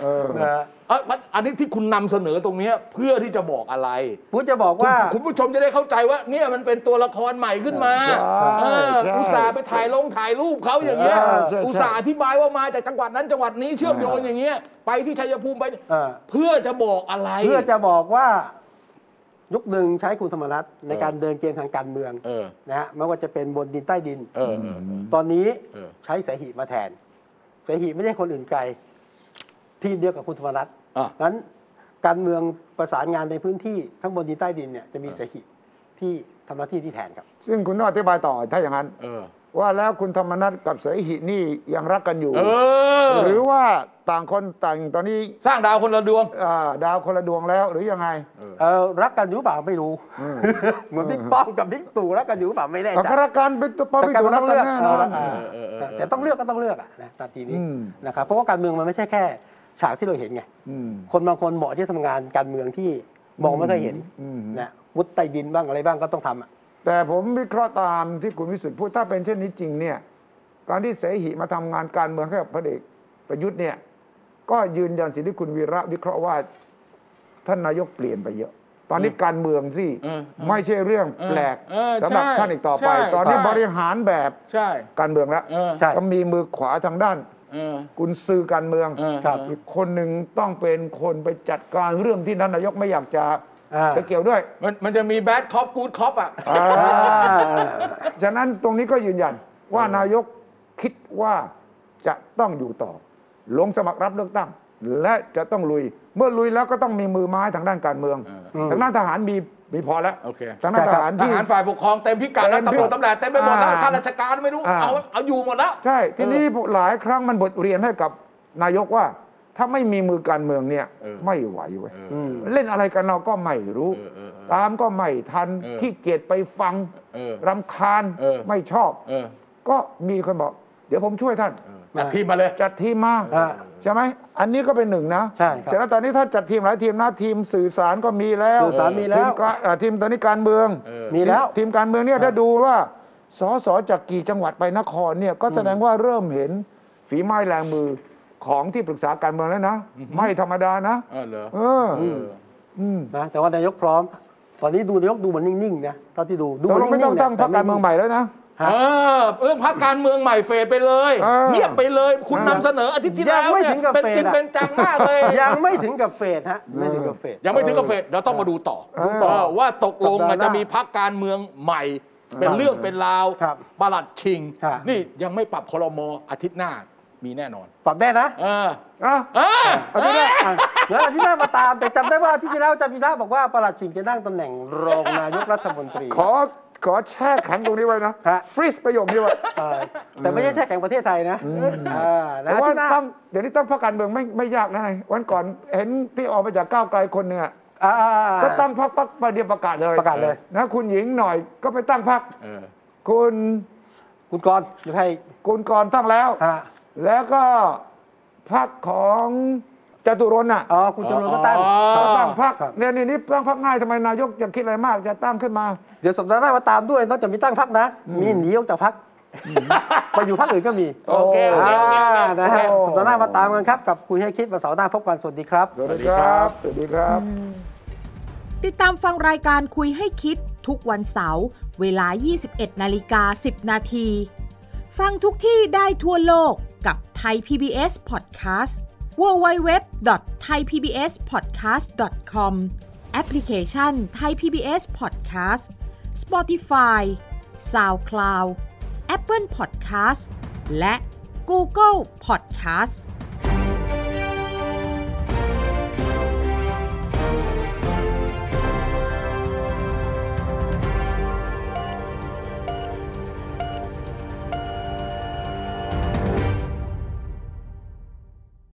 เออ นะฮะ เอยมันอันนี้ที่คุณนำเสนอตรงเนี้ยเพื่อที่จะบอกอะไร ผมจะบอกว่า คุณผู้ชมจะได้เข้าใจว่าเนี่ยมันเป็นตัวละครใหม่ขึ้นมา ใช่ เออ ใช่ อุตส่าห์ไปถ่ายลงถ่ายรูปเขาอย่างเงี้ย ใช่ใช่ อุตส่าห์อธิบายว่ามาจากจังหวัดนั้นจังหวัดนี้เชื่อมโยง อ่า อย่างเงี้ยไปที่ชัยภูมิไป เออ เพื่อจะบอกอะไร เพื่อจะบอกว่า ยุคหนึ่งใช้คุณธรรมนัฐในการเดินเกมทางการเมือง เออ นะฮะไม่ว่าจะเป็นบนดินใต้ดิน เออเออ ตอนนี้ เออ ใช้เสหิมาแทนเสหิไม่ใช่คนอื่นไกล ทีมเดียวกับคุณธรรมนัฐ อ่ะ นั้นการเมืองประสานงานในพื้นที่ทั้งบนดินใต้ดินเนี่ยจะมีเสหิที่ทำหน้าที่ที่แทนครับ ซึ่งคุณต้องอธิบายต่อถ้าอย่างนั้น เออ ว่าแล้วคุณธรรมนัฐกับเสหินี่ยังรักกันอยู่ เออ หรือว่าต่างคนต่างตอนนี้ สร้างดาวคนละดวง อ่าดาวคนละดวงแล้วหรือยังไง เออรักกันอยู่เปล่าไม่รู้ เหมือนบิ๊กป้อมกับบิ๊กตู่รักกันอยู่เปล่าไม่แน่ อั ใจ ครการเป็นตัวป้าพิ การ ตุ เมือง รักเลือกกันแน่น เอา อน ละอ่า เออเออเออ แต่ต้องเลือกก็ต้องเลือกอะนะตามทีนี้ อืม นะครับเพราะว่าการเมืองมันไม่ใช่แค่ ฉากที่เราเห็นไง อืม คนบางคนเหมาะที่จะทำงานการเมืองที่มองไม่เคยเห็น อืม นะมุดใต้ดินบ้างอะไรบ้างก็ต้องทำอะ แต่ผมวิเคราะห์ตามที่คุณวิสุทธิ์พูดถ้าเป็นเช่นนี้จริงเนี่ยการที่เสหิมาทำงานการเมืองให้กับพระเอกประยุทธ์เนี่ยก็ยืนยันสิ่งที่คุณวีระวิเคราะห์ว่า ท่านนายกเปลี่ยนไปเยอะ ตอนนี้การเมืองสิ เออเออ ไม่ใช่เรื่องแปลก เออ สำหรับ ใช่ ท่านอีกต่อไป ใช่ ตอนนี้ ใช่ บริหารแบบ ใช่ การเมืองแล้ว เออ ใช่ ก็มีมือขวาทางด้าน เออ กุนซือการเมือง เออ ครับ อีกคนหนึ่งต้องเป็นคนไปจัดการเรื่องที่ท่านนายกไม่อยากจะ อ่า ไปเกี่ยวด้วย มันมันจะมีแบดคอปกูดคอปอ่ะ อ่ อ่า า ฉะนั้นตรงนี้ก็ยืนยันว่านายกคิดว่าจะต้องอยู่ต่อ ลงสมัครรับเลือกตั้ง และจะต้องลุย เมื่อลุยแล้วก็ต้องมีมือไม้ทางด้านการเมือง เออ ทางด้านทหารมีมีพอแล้ว โอเค ทางด้านทหาร ท ที่ หารฝ่ายปกครองเต็มพิกัดแล้วตำเต็มพิ ร กั วจ ด ตำแหน่งเต็มไปหมดแล้ว อ่า ข้าราชการไม่รู้ อ่า เอาเอาอยู่หมดแล้ว ใช่ ทีนี้หลายครั้งมันบทเรียนให้กับนายกว่า ถ้าไม่มีมือการเมืองเนี่ย เออ ไม่ไหวเว้ย เออ อืม เล่นอะไรกันเราก็ไม่รู้ เออเออเออ ตามก็ไม่ทัน เออ ขี้เกียจไปฟัง เออ รำคาญ เออ ไม่ชอบ เออ ก็มีคนบอก เดี๋ยวผมช่วยท่าน เออจัดทีมมาเลย จัดทีมมา อ่า ใช่ไหม อันนี้ก็เป็นหนึ่งนะ ใช่ครับ ฉะนั้นตอนนี้ถ้าจัดทีมหลายทีมนะทีมสื่อสารก็มีแล้ว สื่อสารมีแล้ว ทีมก็อ่าทีมตอนนี้การเมือง เออ มีแล้ว ทีมการเมืองเนี่ยถ้าดูว่าสสจากกี่จังหวัดไปนครเนี่ยก็แสดงว่าเริ่มเห็นฝีไม้แรงมือของที่ปรึกษาการเมืองแล้วนะ ไม่ธรรมดานะ เออเหรอ เออ เออ อืม นะแต่ว่านายกพร้อม ตอนนี้ดูนายกดูเหมือนนิ่งๆนะเท่าที่ดูดู ตกลงไม่ต้อง ๆนะ ตั้งพรรคการเมืองใหม่แล้วนะ ฮะ เออเรื่องพักการเมืองใหม่เฟดไปเลย เออ เงียบไปเลย คุณเอนำอ เสนออาทิตย์ที่แล้ว ยังไม่ เนี่ ถึ ย งกับ เป็น เฟด จริง อะ เป็นจังมากเลย ยังไม่ถึงกับเฟดฮะไม่ถึงกับเฟด ยังไม่ถึงกับเฟดเราต้องมาดูต่อ ดูต่อ เออว่าตกลง สัปดาห์ห อะ น้า จะมีพักการเมืองใหม่ เป็นเรื่องเป็นราว ครับ ประหลัดชิง ครับ นี่ยังไม่ปรับครมอาทิตย์หน้ามีแน่นอน ปรับได้นะ เออ อ่ะ เออ อาทิตย์หน้าอ่ะเดี๋ยวอาทิตย์หน้ามาตาม แต่จำได้ว่าอาที่ที่แล้วอาจารย์วีระบอกว่าประหลัดชิงจะนั่งตำแหน่งรองนายกรัฐมนตรี ขอขอแช่แข็งตรงนี้ไว้นะ ฮะ ฟรีซประโยคนี้ไว้ เออแต่ไม่ใช่แค่แข่งประเทศไทยนะเออนะ แต่ อา ว่า ทิตย์หน้า ตั้งเดี๋ยวนี้ตั้งพรรคการเมืองไม่ไม่ยากนะนายวันก่อนเห็นที่ออกมาจากก้าวไกลคนหนึ่งอะ อ่า ก็ตั้งพรรคปั๊บประเดี๋ยวประกาศเลย ประกาศเลย นะคุณหญิงหน่อยก็ไปตั้งพรรค เออ คุณ คุณกรณ์อยู่ให้ คุณกรตั้งแล้ว ฮะ แล้วก็พรรคของจตุรนต์น่ะ อ๋อคุณจุลนลก็ตั้ง อ๋อ ก็ตั้งพรรค ครับ เนี่ยนี่นี่ตั้งพรรคง่ายทำไมนายกจะคิดอะไรมากจะตั้งขึ้นมา เดี๋ยวสัปดาห์หน้ามาตามด้วยนอกจากมีตั้งพักนะ มีหนีออกจากพักไปอยู่พักอื่นก็มี โอเคโอเคโอเคโอเค อ่านะฮะ โอ้ สัปดาห์หน้ามาตามกันครับกับคุยให้คิดวันเสาร์หน้าพบกันสวัสดีครับ สวัสดีครับสวัสดีครับ ติดตามฟังรายการคุยให้คิด ทุกวันเสาร์เวลา 21 นาฬิกา 10 นาที ฟังทุกที่ได้ทั่วโลกกับไทย PBS Podcast www.thaipbspodcast.com แอปพลิเคชัน Thai PBS Podcast Spotify SoundCloud Apple Podcast และ Google Podcast